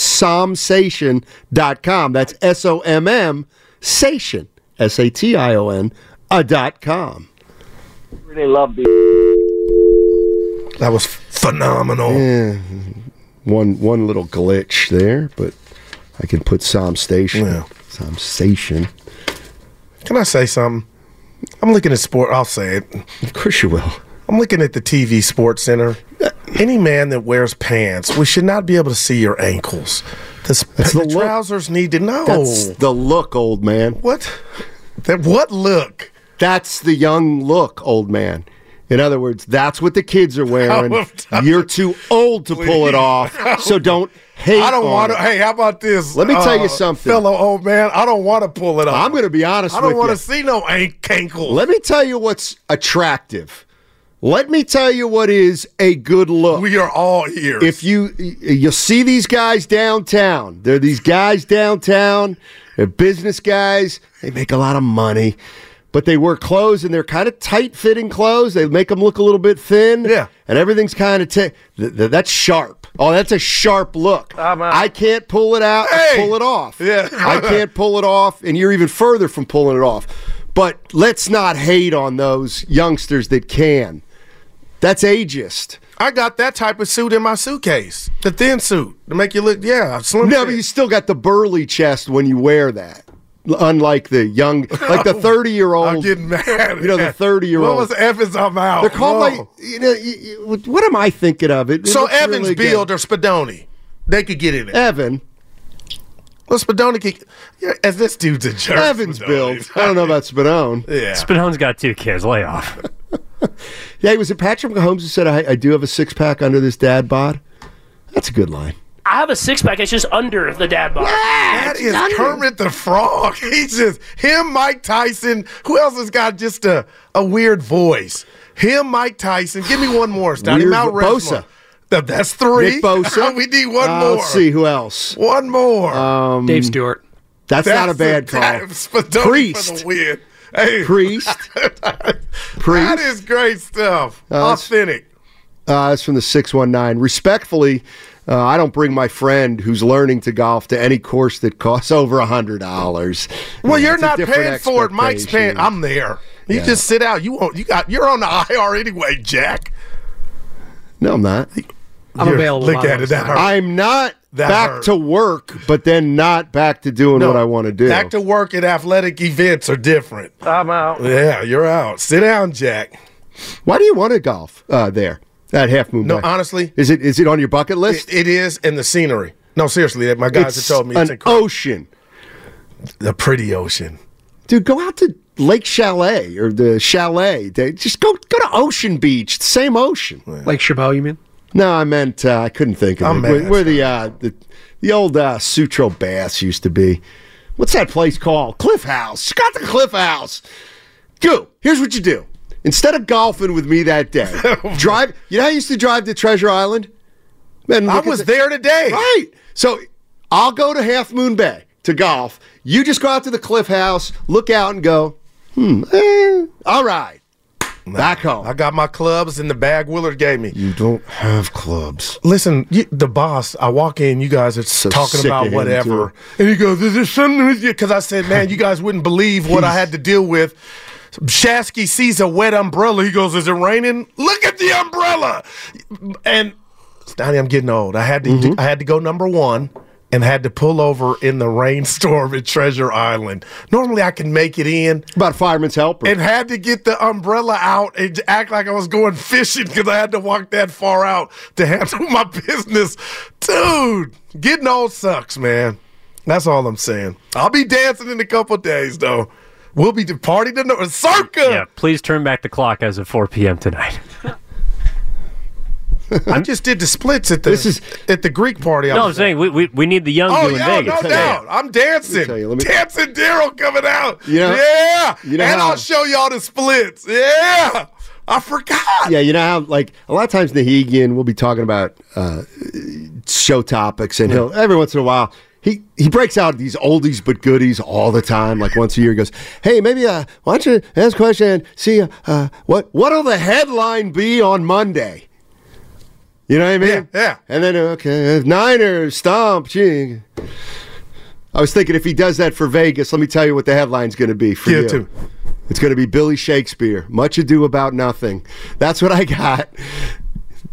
Speaker 2: somsation.com. That's S O M M Sation, S A T I O N, uh, dot com.
Speaker 7: Really love the.
Speaker 4: That was phenomenal.
Speaker 2: One one little glitch there, but I can put Som Station.
Speaker 4: Yeah.
Speaker 2: Som Station.
Speaker 4: Can I say something? I'm looking at sport. I'll say it.
Speaker 2: Of course you will.
Speaker 4: I'm looking at the TV Sports Center. Any man that wears pants, we should not be able to see your ankles. This,
Speaker 2: That's
Speaker 4: the,
Speaker 2: the look.
Speaker 4: trousers need to know.
Speaker 2: That's the look, old man.
Speaker 4: what? That what look?
Speaker 2: That's the young look, old man. In other words, that's what the kids are wearing.
Speaker 4: Oh, I'm-
Speaker 2: You're too old to pull it off, so don't hate.
Speaker 4: I don't
Speaker 2: on
Speaker 4: want to.
Speaker 2: it.
Speaker 4: Hey, how about this? uh,
Speaker 2: Let me tell you something.
Speaker 4: fellow old man. I don't want to pull it off.
Speaker 2: I'm going to be honest.
Speaker 4: I don't
Speaker 2: with
Speaker 4: want
Speaker 2: you.
Speaker 4: to see no ank- ankles.
Speaker 2: Let me tell you what's attractive. Let me tell you what is a good look.
Speaker 4: we are all here.
Speaker 2: if you you'll see these guys downtown. They're these guys downtown. They're business guys. They make a lot of money, but they wear clothes and they're kind of tight fitting clothes. They make them look a little bit thin.
Speaker 4: Yeah.
Speaker 2: and everything's kind of t- th- th- that's sharp. Oh, that's a sharp look. I can't pull it out.
Speaker 4: Hey!
Speaker 2: Pull it off.
Speaker 4: Yeah.
Speaker 2: I can't pull it off, and you're even further from pulling it off. But let's not hate on those youngsters that can. That's ageist.
Speaker 4: I got that type of suit in my suitcase, the thin suit to make you look, yeah, slim.
Speaker 2: No,
Speaker 4: fit.
Speaker 2: but you still got the burly chest when you wear that. L- Unlike the young, like the
Speaker 4: I'm
Speaker 2: thirty-year-old.
Speaker 4: getting mad.
Speaker 2: You know, the 30-year-old.
Speaker 4: What was Evans? I'm out.
Speaker 2: They're called
Speaker 4: Whoa.
Speaker 2: like you know. You, you- what- what am I thinking of? It. it
Speaker 4: So
Speaker 2: looks
Speaker 4: Evans,
Speaker 2: really good. Eh.
Speaker 4: Beal, or Spadoni, they could get in it.
Speaker 2: Evan.
Speaker 4: Well, Spadoni could. Yeah, as this dude's a jerk.
Speaker 2: Evans
Speaker 4: Spadoni.
Speaker 2: build. I don't know about Spadone.
Speaker 4: Yeah.
Speaker 8: Spinone's got two kids. Lay off.
Speaker 2: Yeah, was it Patrick Mahomes who said, "I, I do have a six-pack under this dad bod"? That's a good line.
Speaker 9: I have a six pack. It's just under the dad bod.
Speaker 4: that is Kermit the Frog. He's just him, Mike Tyson. Who else has got just a, a weird voice? Him, Mike Tyson. Give me one more, Stoney.
Speaker 2: Weird-
Speaker 4: Mount Rushmore.
Speaker 2: Bosa.
Speaker 4: Th- That's three.
Speaker 2: Nick Bosa.
Speaker 4: we need one
Speaker 2: Uh,
Speaker 4: more.
Speaker 2: Let's see who else.
Speaker 4: One more.
Speaker 9: Dave Stewart.
Speaker 2: That's, not a
Speaker 4: That's
Speaker 2: bad
Speaker 4: the-
Speaker 2: call.
Speaker 4: that- Spadoni For
Speaker 2: Priest.
Speaker 4: the win. Hey,
Speaker 2: Priest.
Speaker 4: that
Speaker 2: Priest.
Speaker 4: is great stuff.
Speaker 2: that's-
Speaker 4: Authentic.
Speaker 2: Uh, that's from the 619. Respectfully, uh, I don't bring my friend who's learning to golf to any course that costs over $100.
Speaker 4: Well,
Speaker 2: Yeah,
Speaker 4: you're
Speaker 2: it's a
Speaker 4: not
Speaker 2: different
Speaker 4: paying for it. Mike's paying.
Speaker 2: expectation.
Speaker 4: I'm there. You just sit out. You won't. You got. You're on the IR anyway, Jack.
Speaker 2: No, I'm not.
Speaker 9: I'm
Speaker 4: Here,
Speaker 9: available.
Speaker 4: Look
Speaker 9: by
Speaker 4: at
Speaker 9: the
Speaker 4: it. That hurt.
Speaker 2: I'm not
Speaker 4: That
Speaker 2: back
Speaker 4: hurt.
Speaker 2: to work, but then not back to doing
Speaker 4: No,
Speaker 2: what I want to do.
Speaker 4: Back to work at athletic events are different.
Speaker 5: I'm out.
Speaker 4: Yeah, you're out. Sit down, Jack.
Speaker 2: Why do you want to golf uh, there at Half Moon
Speaker 4: No,
Speaker 2: Bay?
Speaker 4: honestly,
Speaker 2: Is it is it on your bucket list?
Speaker 4: it is in the scenery. No, seriously, that- my guys have told me it's
Speaker 2: an
Speaker 4: incredible.
Speaker 2: ocean.
Speaker 4: the pretty ocean.
Speaker 2: Dude, go out to Lake Chalet or the Chalet. They- Just go go to Ocean Beach. It's the same ocean.
Speaker 9: way. Lake Chabot, you mean?
Speaker 2: No, I meant uh, I couldn't think of
Speaker 4: I'm
Speaker 2: it.
Speaker 4: mad.
Speaker 2: Where, where the, uh, the the old uh, Sutro Bass used to be. What's that place called? Cliff House. She got the Cliff House. Go. Here's what you do. Instead of golfing with me that day,
Speaker 4: Oh
Speaker 2: drive. You know how I used to drive to Treasure Island. Man,
Speaker 4: I
Speaker 2: look at
Speaker 4: was
Speaker 2: the-
Speaker 4: there today.
Speaker 2: Right. So I'll go to Half Moon Bay to golf. You just go out to the Cliff House, look out, and go. Hmm. eh, all right. Back home.
Speaker 4: I got my clubs in the bag Willard gave me.
Speaker 2: You don't have clubs.
Speaker 4: Listen, you, the boss, I walk in, you guys are talking
Speaker 2: sick of
Speaker 4: about
Speaker 2: him,
Speaker 4: whatever.
Speaker 2: too.
Speaker 4: And he goes, Is there something with you? Because I said, Man, you guys wouldn't believe what I had to deal with. Shasky sees a wet umbrella. He goes, Is it raining? Look at the umbrella. And Stoney, I'm getting old. I had to
Speaker 2: Mm-hmm.
Speaker 4: do, I had to go number one and had to pull over in the rainstorm at Treasure Island. Normally I can make it in.
Speaker 2: About fireman's helper.
Speaker 4: And had to get the umbrella out and act like I was going fishing because I had to walk that far out to handle my business. Dude, getting old sucks, man. That's all I'm saying. I'll be dancing in a couple days though. We'll be partying tonight. Circa.
Speaker 8: Yeah, please turn back the clock as of 4 p.m. tonight.
Speaker 4: I just did the splits at the
Speaker 2: This is-
Speaker 4: at the Greek party. I
Speaker 8: No, I'm
Speaker 4: was
Speaker 8: saying we, we, we need the young
Speaker 4: Oh
Speaker 8: you in
Speaker 4: yeah,
Speaker 8: Vegas.
Speaker 4: no doubt. I'm dancing.
Speaker 2: tell you, let me-
Speaker 4: dancing Daryl coming out.
Speaker 2: You know-
Speaker 4: yeah.
Speaker 2: you know
Speaker 4: and
Speaker 2: how-
Speaker 4: I'll show y'all the splits. Yeah. I forgot.
Speaker 2: Yeah, you know how like a lot of times Nahegan will be talking about uh, show topics, and he'll every once in a while he he breaks out these oldies but goodies all the time. Like once a year, he goes, "Hey, maybe uh, why don't you ask a question and see uh, what what'll the headline be on Monday." You know what I mean?
Speaker 4: Yeah, yeah.
Speaker 2: And then okay, Niners stomp. Gee. I was thinking if he does that for Vegas, let me tell you what the headline's going to be for
Speaker 4: Yeah,
Speaker 2: you.
Speaker 4: too.
Speaker 2: It's going to be Billy Shakespeare. Much ado about nothing. That's what I got.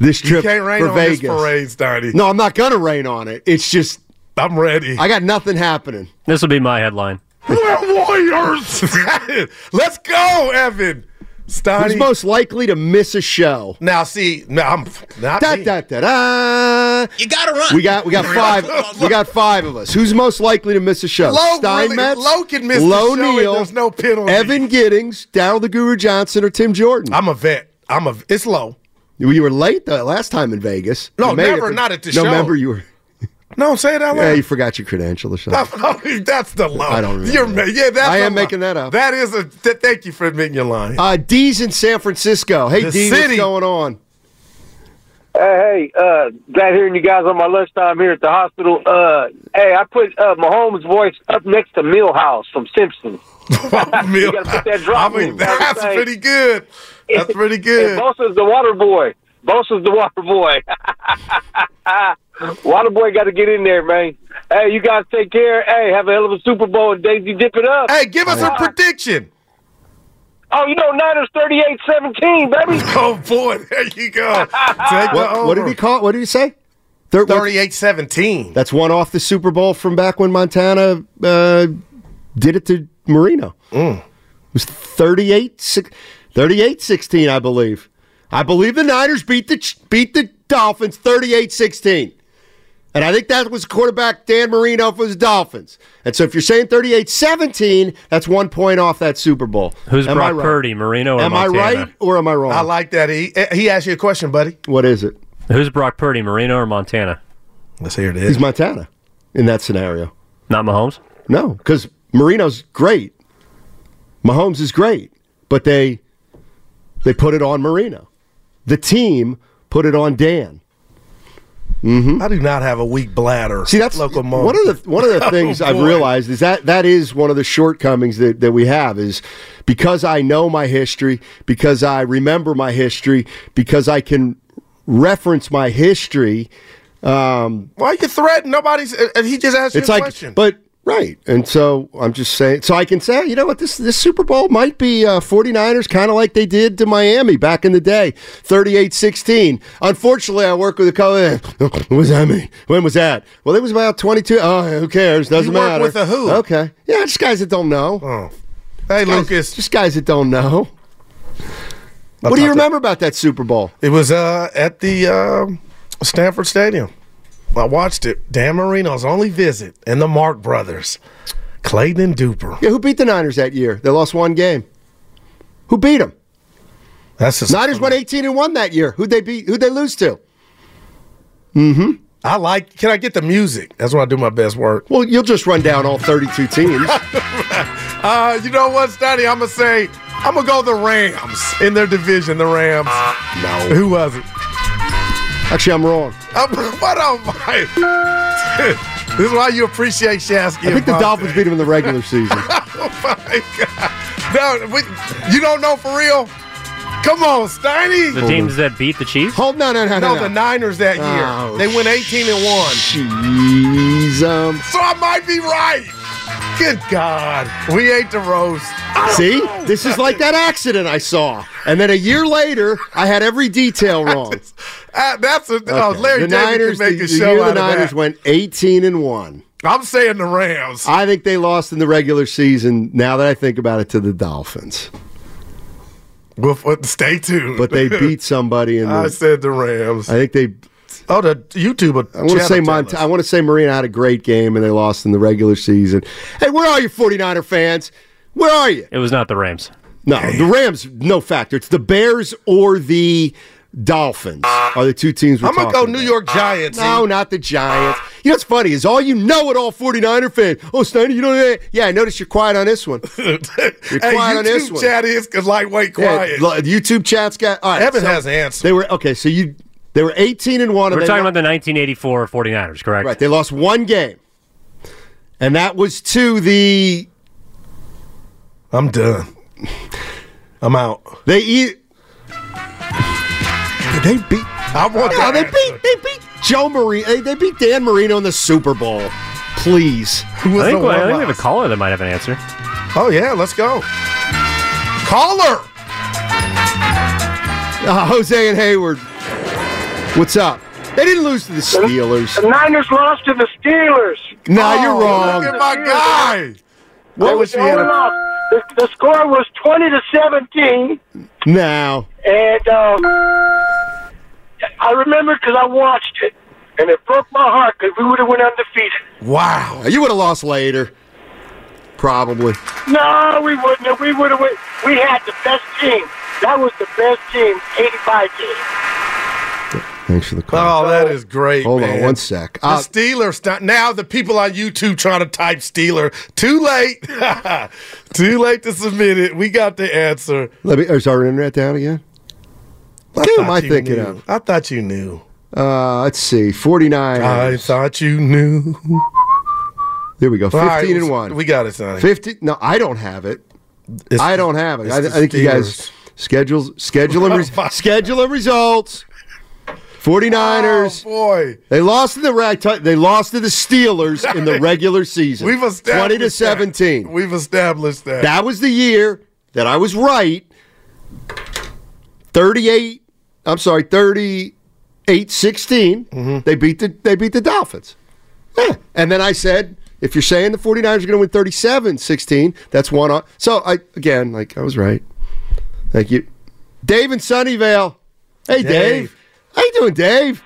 Speaker 2: This trip
Speaker 4: Can't rain
Speaker 2: for
Speaker 4: on
Speaker 2: Vegas.
Speaker 4: this parade, Donnie.
Speaker 2: No, I'm not going to rain on it. It's just
Speaker 4: I'm ready.
Speaker 2: I got nothing happening.
Speaker 8: This will be my headline.
Speaker 4: We're warriors. Let's go, Evan.
Speaker 2: Who's
Speaker 4: Stoney.
Speaker 2: most likely to miss a show?
Speaker 4: now see, now I'm not
Speaker 2: Da
Speaker 4: me.
Speaker 2: da da da.
Speaker 10: You gotta run.
Speaker 2: We got we got five we got five of us. Who's most likely to miss a show?
Speaker 4: Lowe really-
Speaker 2: Steinmetz,
Speaker 4: Lowe can miss the
Speaker 2: Lowe
Speaker 4: show and
Speaker 2: Neal,
Speaker 4: there's no penalty.
Speaker 2: Evan Giddings, Daryl the Guru Johnson, or Tim Jordan.
Speaker 4: I'm a vet. I'm a it's low.
Speaker 2: you were late the last time in Vegas.
Speaker 4: No,
Speaker 2: You made
Speaker 4: never,
Speaker 2: it, but-
Speaker 4: not at the
Speaker 2: no,
Speaker 4: show.
Speaker 2: Remember you were.
Speaker 4: No, say it out loud.
Speaker 2: Yeah, you forgot your credential or something.
Speaker 4: that's the low.
Speaker 2: I don't remember
Speaker 4: You're,
Speaker 2: that.
Speaker 4: ma- yeah, that's
Speaker 2: I
Speaker 4: the
Speaker 2: am
Speaker 4: low.
Speaker 2: making that up.
Speaker 4: That is a. Th- thank you for admitting your line.
Speaker 2: Uh, D's in San Francisco. Hey,
Speaker 4: The
Speaker 2: D,
Speaker 4: city.
Speaker 2: what's going on?
Speaker 7: Hey, hey, uh, glad hearing you guys on my lunchtime here at the hospital. Uh, hey, I put uh, Mahomes' voice up next to Millhouse from Simpsons.
Speaker 4: Mil-
Speaker 7: gotta put that drop
Speaker 4: I mean,
Speaker 7: in.
Speaker 4: that's
Speaker 7: That's the
Speaker 4: pretty good. That's pretty good.
Speaker 7: And Bosa's the water boy. Bosa's the water boy. water boy got to get in there, man. Hey, you guys take care. Hey, have a hell of a Super Bowl and Daisy dip it up.
Speaker 4: Hey, give us a prediction.
Speaker 7: Oh, you know, Niners 38-17, baby.
Speaker 4: Oh boy, there you go. Take the
Speaker 2: What, what did
Speaker 4: over.
Speaker 2: he call? What did he say? Thir- what-
Speaker 4: 38-17.
Speaker 2: That's one off the Super Bowl from back when Montana uh, did it to Marino.
Speaker 4: Mm.
Speaker 2: It was 38, six- 38 16, I believe. I believe the Niners beat the Ch- beat the Dolphins 38 16. And I think that was quarterback Dan Marino for the Dolphins. And so if you're saying 38 17, that's one point off that Super Bowl.
Speaker 8: Who's
Speaker 2: Am I
Speaker 8: Brock
Speaker 2: right?
Speaker 8: Purdy, Marino or
Speaker 2: Am
Speaker 8: Montana?
Speaker 2: I right or am I wrong?
Speaker 4: I like that. He eh, he asked you a question, buddy.
Speaker 2: what is it?
Speaker 8: Who's Brock Purdy, Marino or Montana?
Speaker 4: Let's hear
Speaker 2: He's
Speaker 4: this.
Speaker 2: Montana in that scenario.
Speaker 8: Not Mahomes?
Speaker 2: No, because Marino's great. Mahomes is great, but they they put it on Marino. The team put it on Dan.
Speaker 4: I do not have a weak bladder.
Speaker 2: See, that's
Speaker 4: local mom.
Speaker 2: one of the one of the things I've
Speaker 4: boy.
Speaker 2: realized is that that is one of the shortcomings that, that we have is because I know my history, because I remember my history, because I can reference my history. Um,
Speaker 4: Why you threaten? Nobody's. uh, uh, he just asked you
Speaker 2: it's
Speaker 4: a
Speaker 2: like,
Speaker 4: question.
Speaker 2: but right, and so I'm just saying. So I can say, you know what, this this Super Bowl might be uh, 49ers, kind of like they did to Miami back in the day, 38-16. Unfortunately, I work with a co. What was that mean? When was that? Well, it was about 22. Oh, who cares? Doesn't
Speaker 4: You work
Speaker 2: matter.
Speaker 4: with a who?
Speaker 2: Okay, yeah, just guys that don't know.
Speaker 4: Oh. hey, Lucas.
Speaker 2: just guys that don't know. what do you remember about that Super Bowl?
Speaker 4: It was uh, at the um Stanford Stadium. I watched it. Dan Marino's only visit and the Mark brothers, Clayton and Duper.
Speaker 2: Yeah, who beat the Niners that year? They lost one game. Who beat them?
Speaker 4: That's just,
Speaker 2: Niners went 18 and 1 that year. Who'd they beat? Who'd they lose to? e-
Speaker 4: I like. Can I get the music? That's when I do my best work.
Speaker 2: Well, you'll just run down all 32 teams.
Speaker 4: Uh, you know what, Stoney? I'm gonna say I'm gonna go the Rams in their division. The Rams.
Speaker 2: no.
Speaker 4: Who was it?
Speaker 2: Actually, I'm wrong.
Speaker 4: I'm, what am I? this is why you appreciate Shasky.
Speaker 2: I think the
Speaker 4: and
Speaker 2: Dolphins beat them in the regular season.
Speaker 4: Oh my God. No, we, you don't know for real? Come on, Steiny.
Speaker 9: Oh.
Speaker 8: The teams that beat the Chiefs?
Speaker 2: Hold no, no, no,
Speaker 4: no, the Niners that year.
Speaker 2: Oh,
Speaker 4: they went 18 and 1.
Speaker 2: Jeez, um,
Speaker 4: So I might be right. Good God. We ate the roast.
Speaker 2: see, this is like that accident I saw, and then a year later, I had every detail wrong.
Speaker 4: Ah, that's a oh,
Speaker 2: Okay.
Speaker 4: Larry
Speaker 2: the
Speaker 4: David
Speaker 2: Niners,
Speaker 4: can make
Speaker 2: the,
Speaker 4: a
Speaker 2: the
Speaker 4: show
Speaker 2: year
Speaker 4: out
Speaker 2: the
Speaker 4: of
Speaker 2: Niners
Speaker 4: that.
Speaker 2: went 18 and one.
Speaker 4: I'm saying the Rams.
Speaker 2: I think they lost in the regular season. Now that I think about it, to the Dolphins,
Speaker 4: We'll, we'll- uh, stay tuned.
Speaker 2: but they beat somebody in the.
Speaker 4: I said the Rams.
Speaker 2: I think they.
Speaker 4: oh, the YouTube.
Speaker 2: I want to say
Speaker 4: Mont-
Speaker 2: Mont- I want to say Marina had a great game and they lost in the regular season. Hey, where are you 49er fans? Where are you?
Speaker 8: It was not the Rams.
Speaker 2: No, the Rams no factor. It's the Bears or the Dolphins are the two teams we're
Speaker 4: I'm gonna
Speaker 2: talking
Speaker 4: go
Speaker 2: about.
Speaker 4: New York Giants.
Speaker 2: No, not the Giants. You know what's funny is all you know at all 49er fans. Oh, Steiner, you know that? Yeah, I noticed you're quiet on this one.
Speaker 4: hey,
Speaker 2: You're quiet on this
Speaker 4: YouTube
Speaker 2: one.
Speaker 4: chat is cause lightweight
Speaker 2: Yeah,
Speaker 4: quiet.
Speaker 2: lo- YouTube chat's got. All right,
Speaker 4: Evan
Speaker 2: so
Speaker 4: has an answer.
Speaker 2: They were okay. So you, they were 18 and one. and
Speaker 8: We're
Speaker 2: they
Speaker 8: talking
Speaker 2: lo-
Speaker 8: about the 1984 49ers, correct?
Speaker 2: right. They lost one game, and that was to the
Speaker 4: I'm done. I'm out.
Speaker 2: they. E- they beat.
Speaker 4: I want
Speaker 2: Oh,
Speaker 4: that.
Speaker 2: they beat. They beat Joe Marino. They, they beat Dan Marino in the Super Bowl. Please.
Speaker 8: I think, I think we have a caller that might have an answer.
Speaker 4: Oh yeah, let's go. Caller.
Speaker 2: Uh, Jose and Hayward. What's up? They didn't lose to the Steelers.
Speaker 7: The Niners lost to the Steelers.
Speaker 2: No, you're
Speaker 4: Oh, Look at
Speaker 2: wrong.
Speaker 4: my guy.
Speaker 2: What
Speaker 7: It
Speaker 2: was
Speaker 7: was
Speaker 2: he had
Speaker 7: on and
Speaker 2: a-
Speaker 7: off. The, the score was 20 to 17,
Speaker 2: No.
Speaker 7: and um, I remember because I watched it, and it broke my heart because we would have went undefeated.
Speaker 4: Wow.
Speaker 2: You would have lost later. Probably.
Speaker 7: No, we wouldn't. have. We would have. went- We had the best team. That was the best team, 85 team.
Speaker 2: Thanks for the call.
Speaker 4: Oh, that is great.
Speaker 2: Hold on
Speaker 4: man.
Speaker 2: one sec.
Speaker 4: The
Speaker 2: Uh,
Speaker 4: Steelers. not- Now the people on YouTube trying to type Steeler. Too late. Too late to submit it. We got the answer.
Speaker 2: let me. oh, Is our internet down again? What am I
Speaker 4: thought you
Speaker 2: thinking
Speaker 4: knew.
Speaker 2: of?
Speaker 4: I thought you knew.
Speaker 2: Uh, let's see. 49.
Speaker 4: I thought you knew.
Speaker 2: there we go. 15
Speaker 4: All right,
Speaker 2: and 1.
Speaker 4: We got it, Sonny.
Speaker 2: 50. No, I don't have it.
Speaker 4: It's-
Speaker 2: I don't have it.
Speaker 4: it's
Speaker 2: I, I
Speaker 4: the
Speaker 2: think you guys
Speaker 4: Steelers.
Speaker 2: schedules schedule and
Speaker 4: Oh, my
Speaker 2: res- schedule and results. 49ers.
Speaker 4: Oh, boy.
Speaker 2: They lost to the rag. They lost to the Steelers in the regular season.
Speaker 4: We've established
Speaker 2: twenty to
Speaker 4: that.
Speaker 2: seventeen.
Speaker 4: We've established that.
Speaker 2: That was the year that I was right. 38, I'm sorry, 38 16. They beat the they beat the Dolphins. Yeah. And then I said, if you're saying the 49ers are going to win 37 16, that's one on. So I again, like I was right. Thank you. Dave in Sunnyvale. Hey Dave.
Speaker 4: Dave.
Speaker 2: How you doing, Dave?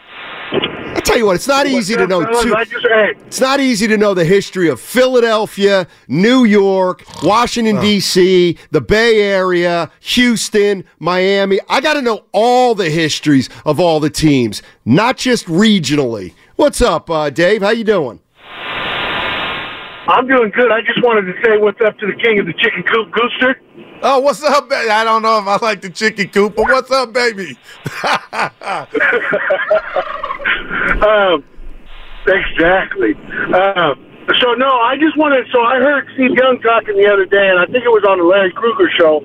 Speaker 2: I tell you what, it's not easy to know
Speaker 7: Fellas,
Speaker 2: two
Speaker 7: I just, hey,
Speaker 2: it's not easy to know the history of Philadelphia, New York, Washington,
Speaker 7: Oh.
Speaker 2: D.C., the Bay Area, Houston, Miami. I got to know all the histories of all the teams, not just regionally. What's up, uh, Dave? How you doing?
Speaker 7: I'm doing good. I just wanted to say what's up to the king of the chicken coop, Gooster.
Speaker 4: Oh, what's up, baby? I don't know if I like the chicken coop, but what's up, baby?
Speaker 7: Um, exactly. Um, so no, I just wanted. So I heard Steve Young talking the other day, and I think it was on the Larry Kruger show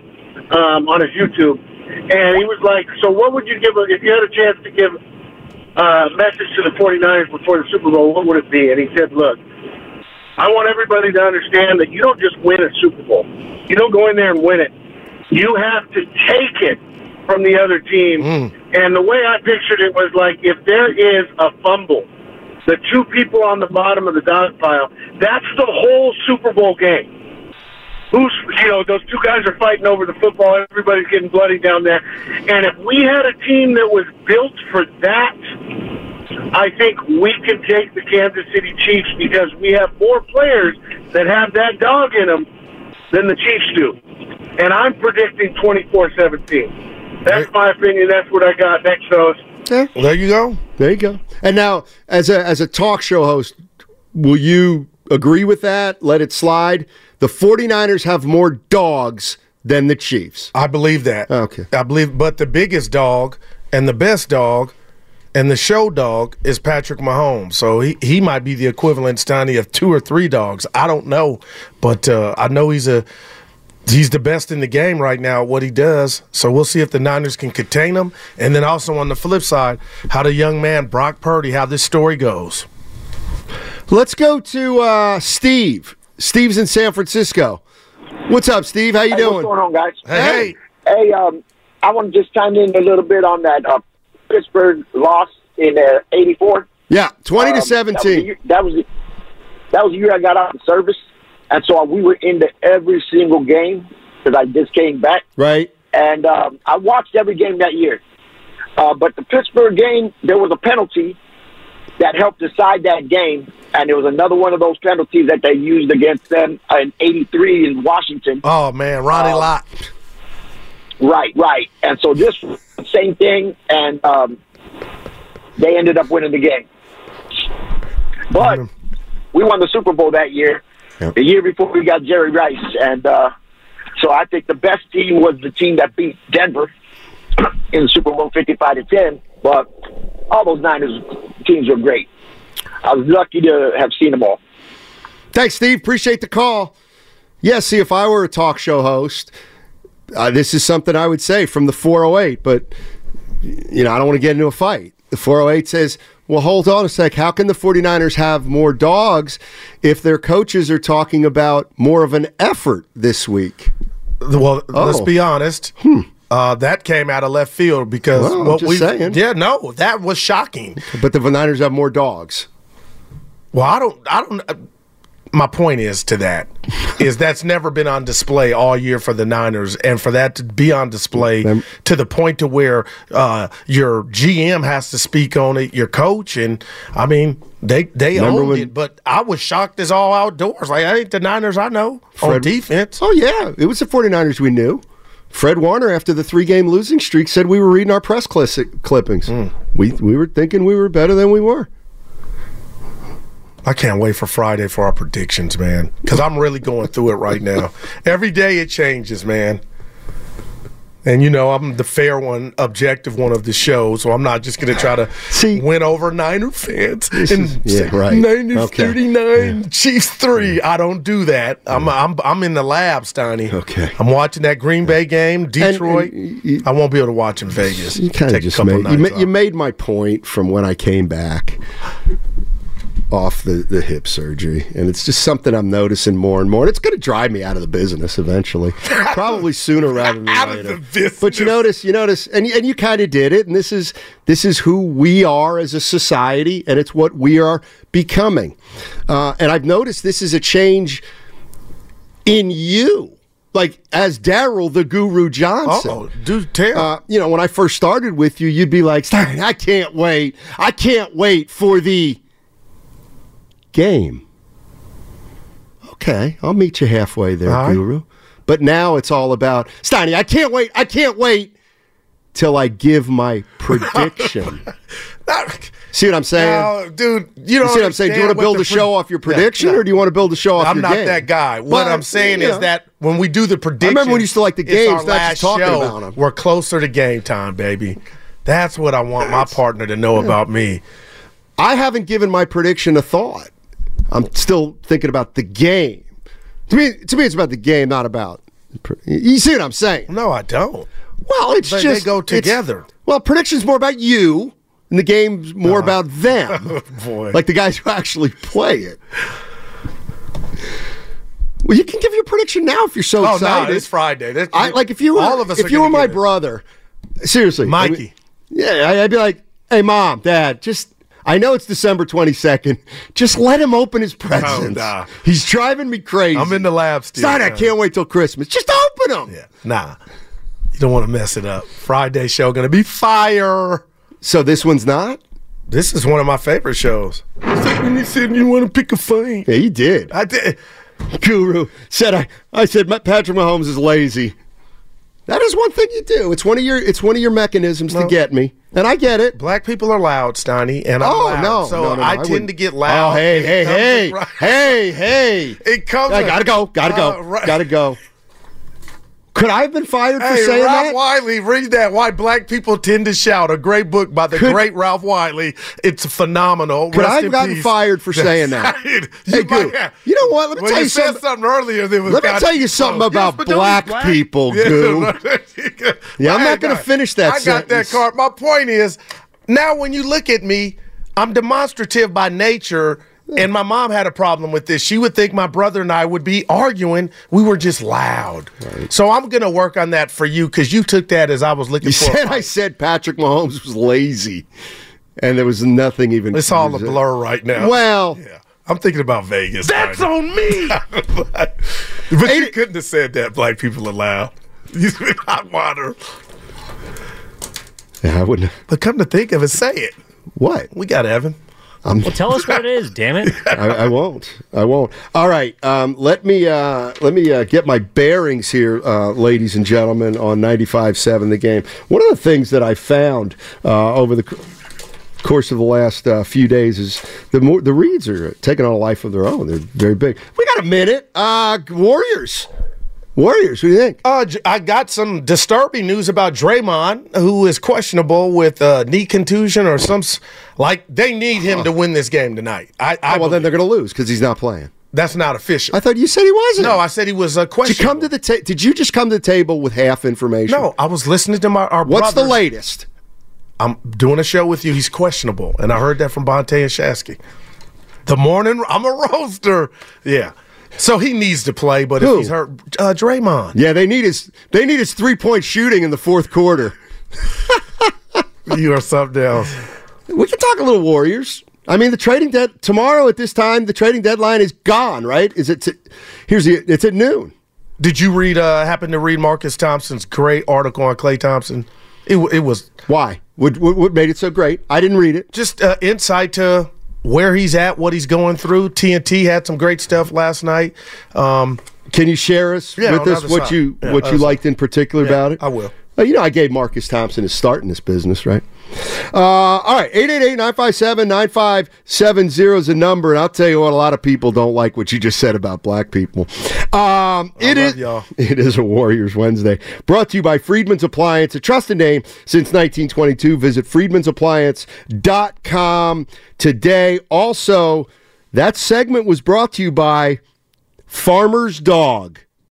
Speaker 7: um, on his YouTube, and he was like, "So what would you give a, if you had a chance to give a message to the 49ers before the Super Bowl? What would it be?" And he said, "Look, I want everybody to understand that you don't just win a Super Bowl. You don't go in there and win it. You have to take it from the other team. And the way I pictured it was like if there is a fumble, the two people on the bottom of the dog pile, that's the whole Super Bowl game. Who's you know those two guys are fighting over the football. Everybody's getting bloody down there. And if we had a team that was built for that, I think we can take the Kansas City Chiefs because we have more players that have that dog in them than the Chiefs do. And I'm predicting 24-17. That's my opinion. That's what I got. Next those.
Speaker 4: there you go.
Speaker 2: There you go. And now, as a as a talk show host, will you agree with that? Let it slide. The 49ers have more dogs than the Chiefs.
Speaker 4: I believe that.
Speaker 2: Okay.
Speaker 4: I believe, but the biggest dog and the best dog and the show dog is Patrick Mahomes. So he, he might be the equivalent, Stoney, of two or three dogs. I don't know, but uh, I know he's a he's the best in the game right now at what he does. So we'll see if the Niners can contain him. And then also on the flip side, how the young man Brock Purdy, how this story goes.
Speaker 2: Let's go to uh, Steve. Steve's in San Francisco. What's up, Steve? How you
Speaker 7: Hey,
Speaker 2: doing?
Speaker 7: What's going on, guys?
Speaker 2: Hey.
Speaker 7: hey, um, I want to just chime in a little bit on that uh, Pittsburgh loss in uh, '84.
Speaker 2: Yeah, twenty
Speaker 7: Um,
Speaker 2: to seventeen.
Speaker 7: That was the year- that was the, that was the year I got out of service, and so we were into every single game because I just came back,
Speaker 2: right?
Speaker 7: and um, I watched every game that year. Uh, but the Pittsburgh game, there was a penalty that helped decide that game, and it was another one of those penalties that they used against them in '83 in Washington.
Speaker 4: Oh man, Ronnie
Speaker 7: Um,
Speaker 4: Lott.
Speaker 7: Right, right. And so just same thing, and um, they ended up winning the game. But we won the Super Bowl that year. The year before, we got Jerry Rice, and uh, so I think the best team was the team that beat Denver in Super Bowl fifty-five to ten. But all those Niners teams were great. I was lucky to have seen them all.
Speaker 2: Thanks, Steve. Appreciate the call. Yeah, see, if I were a talk show host, uh, this is something I would say from the 408, but, you know, I don't want to get into a fight. The 408 says, well, hold on a sec. How can the 49ers have more dogs if their coaches are talking about more of an effort this week?
Speaker 4: Well, Let's
Speaker 2: Oh.
Speaker 4: be honest. Uh, that came out of left field because
Speaker 2: Well, I'm
Speaker 4: what
Speaker 2: just
Speaker 4: we
Speaker 2: saying.
Speaker 4: yeah no that was shocking.
Speaker 2: But the Niners have more dogs.
Speaker 4: Well, I don't I don't. Uh, my point is to that is that's never been on display all year for the Niners, and for that to be on display to the point to where uh, your GM has to speak on it, your coach, and I mean they they
Speaker 2: Remember
Speaker 4: owned
Speaker 2: when-
Speaker 4: it. But I was shocked as all outdoors. Like I ain't the Niners I know on defense.
Speaker 2: Oh, yeah. It was the 49ers we knew. Fred Warner, after the three game losing streak, said we were reading our press clis- clippings. We, we were thinking we were better than we were.
Speaker 4: I can't wait for Friday for our predictions, man. Because I'm really going through it right now. Every day it changes, man. And you know, I'm the fair one, objective one of the show, so I'm not just going to try to win over Niner fans and
Speaker 2: This is- yeah, right.
Speaker 4: Niners
Speaker 2: Okay.
Speaker 4: 39, Chiefs 3. I don't do that. I'm, I'm I'm in the lab, Steiny. Okay. I'm watching that Green Bay game, Detroit. I won't be able to watch in Vegas.
Speaker 2: You kind of
Speaker 4: Take a
Speaker 2: just
Speaker 4: couple
Speaker 2: made you, ma-
Speaker 4: nights
Speaker 2: you made my point from when I came back off the, the hip surgery, and it's just something I'm noticing more and more. And it's going to drive me out of the business eventually, probably sooner rather than later. But you notice, you notice, and you- and you kind of did it. And this is this is who we are as a society, and it's what we are becoming. Uh, and I've noticed this is a change in you. Like as Daryl the Guru Johnson.
Speaker 4: Uh-oh, dude, tell.
Speaker 2: Uh, you know, when I first started with you, you'd be like, Stein, I can't wait. I can't wait for the game. Okay, I'll meet you halfway there,
Speaker 4: All right.
Speaker 2: Guru. But now it's all about Steiny, I can't wait, I can't wait till I give my prediction.
Speaker 4: Ah,
Speaker 2: See what I'm saying?
Speaker 4: No, dude, you don't
Speaker 2: see what I'm saying? Do you want
Speaker 4: understand
Speaker 2: to build
Speaker 4: what
Speaker 2: a
Speaker 4: the pre-
Speaker 2: show off your
Speaker 4: No,
Speaker 2: prediction,
Speaker 4: no.
Speaker 2: or do you want to build a show off
Speaker 4: I'm
Speaker 2: your
Speaker 4: not
Speaker 2: game?
Speaker 4: that guy. What
Speaker 2: But,
Speaker 4: I'm saying
Speaker 2: you
Speaker 4: is
Speaker 2: know.
Speaker 4: that when we do the prediction,
Speaker 2: when you used to like the games, not just talking
Speaker 4: show,
Speaker 2: about 'em.
Speaker 4: We're closer to game time, baby. That's what I want my partner to know about me.
Speaker 2: I haven't given my prediction a thought. I'm still thinking about the game. To me, to me, it's about the game, not about. You see what I'm saying?
Speaker 4: No, I don't.
Speaker 2: Well, it's
Speaker 4: They- they
Speaker 2: just
Speaker 4: go
Speaker 2: it's-
Speaker 4: together. Uh-huh.
Speaker 2: well, predictions more about you, and the game's more about them,
Speaker 4: Oh, Boy.
Speaker 2: like the guys who actually play it. Well, you can give your prediction now if you're so
Speaker 4: oh
Speaker 2: excited.
Speaker 4: no, it's Friday. That's-
Speaker 2: I like if you were
Speaker 4: all of us.
Speaker 2: if
Speaker 4: are
Speaker 2: you were
Speaker 4: gonna
Speaker 2: my
Speaker 4: get it.
Speaker 2: brother, seriously, I mean-
Speaker 4: Mikey.
Speaker 2: yeah, I- I'd be like, "Hey, mom, dad, just I know it's December twenty second. Just let him open his presents.
Speaker 4: Oh, nah.
Speaker 2: He's driving me crazy.
Speaker 4: I'm in the lab still.
Speaker 2: Son, I
Speaker 4: man.
Speaker 2: can't wait till Christmas. Just open them."
Speaker 4: Nah, you don't want to mess it up. Friday show gonna be fire.
Speaker 2: So this one's not.
Speaker 4: This is one of my favorite shows. when you said you want to pick a fight,
Speaker 2: Yeah, you did.
Speaker 4: I did.
Speaker 2: Guru said, "I I said my- Patrick Mahomes is lazy." That is one thing you do. It's one of your it's one of your mechanisms to get me, and I get it.
Speaker 4: Black people are loud, Stoney, and I'm
Speaker 2: oh
Speaker 4: loud.
Speaker 2: no,
Speaker 4: so
Speaker 2: no, no, no,
Speaker 4: I, tend
Speaker 2: wouldn't.
Speaker 4: to get loud.
Speaker 2: Oh hey
Speaker 4: It
Speaker 2: hey
Speaker 4: comes
Speaker 2: hey
Speaker 4: acro-
Speaker 2: hey hey!
Speaker 4: It comes.
Speaker 2: I gotta go, gotta go,
Speaker 4: Uh, right.
Speaker 2: gotta go. Could I have been fired for
Speaker 4: Hey,
Speaker 2: saying
Speaker 4: Ralph
Speaker 2: that?
Speaker 4: Wiley, read that. Why Black People Tend to Shout, a great book by the
Speaker 2: Could-
Speaker 4: great Ralph Wiley. It's phenomenal.
Speaker 2: Could
Speaker 4: Rest
Speaker 2: I have
Speaker 4: in
Speaker 2: gotten
Speaker 4: peace.
Speaker 2: fired for saying that?
Speaker 4: you
Speaker 2: Hey,
Speaker 4: might
Speaker 2: Goo,
Speaker 4: have.
Speaker 2: you know what? Let me
Speaker 4: Well,
Speaker 2: tell you
Speaker 4: said
Speaker 2: something-
Speaker 4: earlier. That was
Speaker 2: Let me
Speaker 4: kinda
Speaker 2: tell you something
Speaker 4: close.
Speaker 2: about
Speaker 4: but don't
Speaker 2: black
Speaker 4: he's
Speaker 2: people,
Speaker 4: Yeah,
Speaker 2: Goo.
Speaker 4: no,
Speaker 2: Yeah, I'm
Speaker 4: Hey,
Speaker 2: not gonna
Speaker 4: God,
Speaker 2: finish that
Speaker 4: I got that
Speaker 2: sentence.
Speaker 4: card. My point is, now when you look at me, I'm demonstrative by nature. And my mom had a problem with this. She would think my brother and I would be arguing. We were just loud. So I'm going to work on that for you because you took that as I was looking
Speaker 2: You
Speaker 4: for. a
Speaker 2: said
Speaker 4: fight.
Speaker 2: I said Patrick Mahomes was lazy, and there was nothing even.
Speaker 4: It's all a blur right now.
Speaker 2: Well,
Speaker 4: yeah, I'm thinking about Vegas.
Speaker 2: That's
Speaker 4: on me. but you couldn't have said that. Black people allow. You spit hot water.
Speaker 2: yeah, I wouldn't.
Speaker 4: But come to think of it, say it.
Speaker 2: What?
Speaker 4: We got Evan.
Speaker 2: I'm,
Speaker 8: Well, tell us what it is, damn it.
Speaker 2: I, I won't. I won't. All right. Um, let me uh, let me uh, get my bearings here, uh, ladies and gentlemen, on 95.7 The Game. One of the things that I found uh, over the c- course of the last uh, few days is the more the reads are taking on a life of their own. They're very big. We got a minute. Uh, Warriors. Warriors. What do you think?
Speaker 4: Uh, J- I got some disturbing news about Draymond, who is questionable with a knee contusion or some. s- Like they need him to win this game tonight. I, I
Speaker 2: Oh, well, then they're going to lose because he's not playing.
Speaker 4: that's not official.
Speaker 2: I thought you said he wasn't.
Speaker 4: no, I said he was uh, a
Speaker 2: Did
Speaker 4: question.
Speaker 2: you come to the ta- Did you just come to the table with half information?
Speaker 4: No, I was listening to my our.
Speaker 2: What's the
Speaker 4: brothers.
Speaker 2: latest?
Speaker 4: I'm doing a show with you. He's questionable, and I heard that from Bonte and Shasky. The morning, I'm a roaster. Yeah, so he needs to play, but
Speaker 2: Who?
Speaker 4: if he's hurt, uh, Draymond.
Speaker 2: Yeah, they need his they need his three point shooting in the fourth quarter.
Speaker 4: you are something else.
Speaker 2: We can talk a little Warriors. I mean, the trading dead tomorrow at this time, the trading deadline is gone, right? Is it? t- here's the. It's at noon.
Speaker 4: Did you read? Uh, happen to read Marcus Thompson's great article on Clay Thompson? It wa- it was
Speaker 2: Why? What, what, what made it so great? I didn't read it.
Speaker 4: just uh, insight to where he's at, what he's going through. TNT had some great stuff last night. Um,
Speaker 2: Can you share us
Speaker 4: Yeah, on
Speaker 2: with
Speaker 4: the
Speaker 2: us
Speaker 4: other
Speaker 2: what
Speaker 4: side.
Speaker 2: you
Speaker 4: Yeah,
Speaker 2: what
Speaker 4: other
Speaker 2: you
Speaker 4: side.
Speaker 2: liked in particular about it?
Speaker 4: I will.
Speaker 2: Uh, you know, I gave Marcus Thompson his start in this business, right? Uh, all right, 888-957-9570 is a number, and I'll tell you what, a lot of people don't like what you just said about black people. Um, it is-
Speaker 4: y'all.
Speaker 2: it is a Warriors Wednesday. Brought to you by Freedman's Appliance, a trusted name since 1922. Visit freedmansappliance.com today. Also, that segment was brought to you by Farmer's Dog.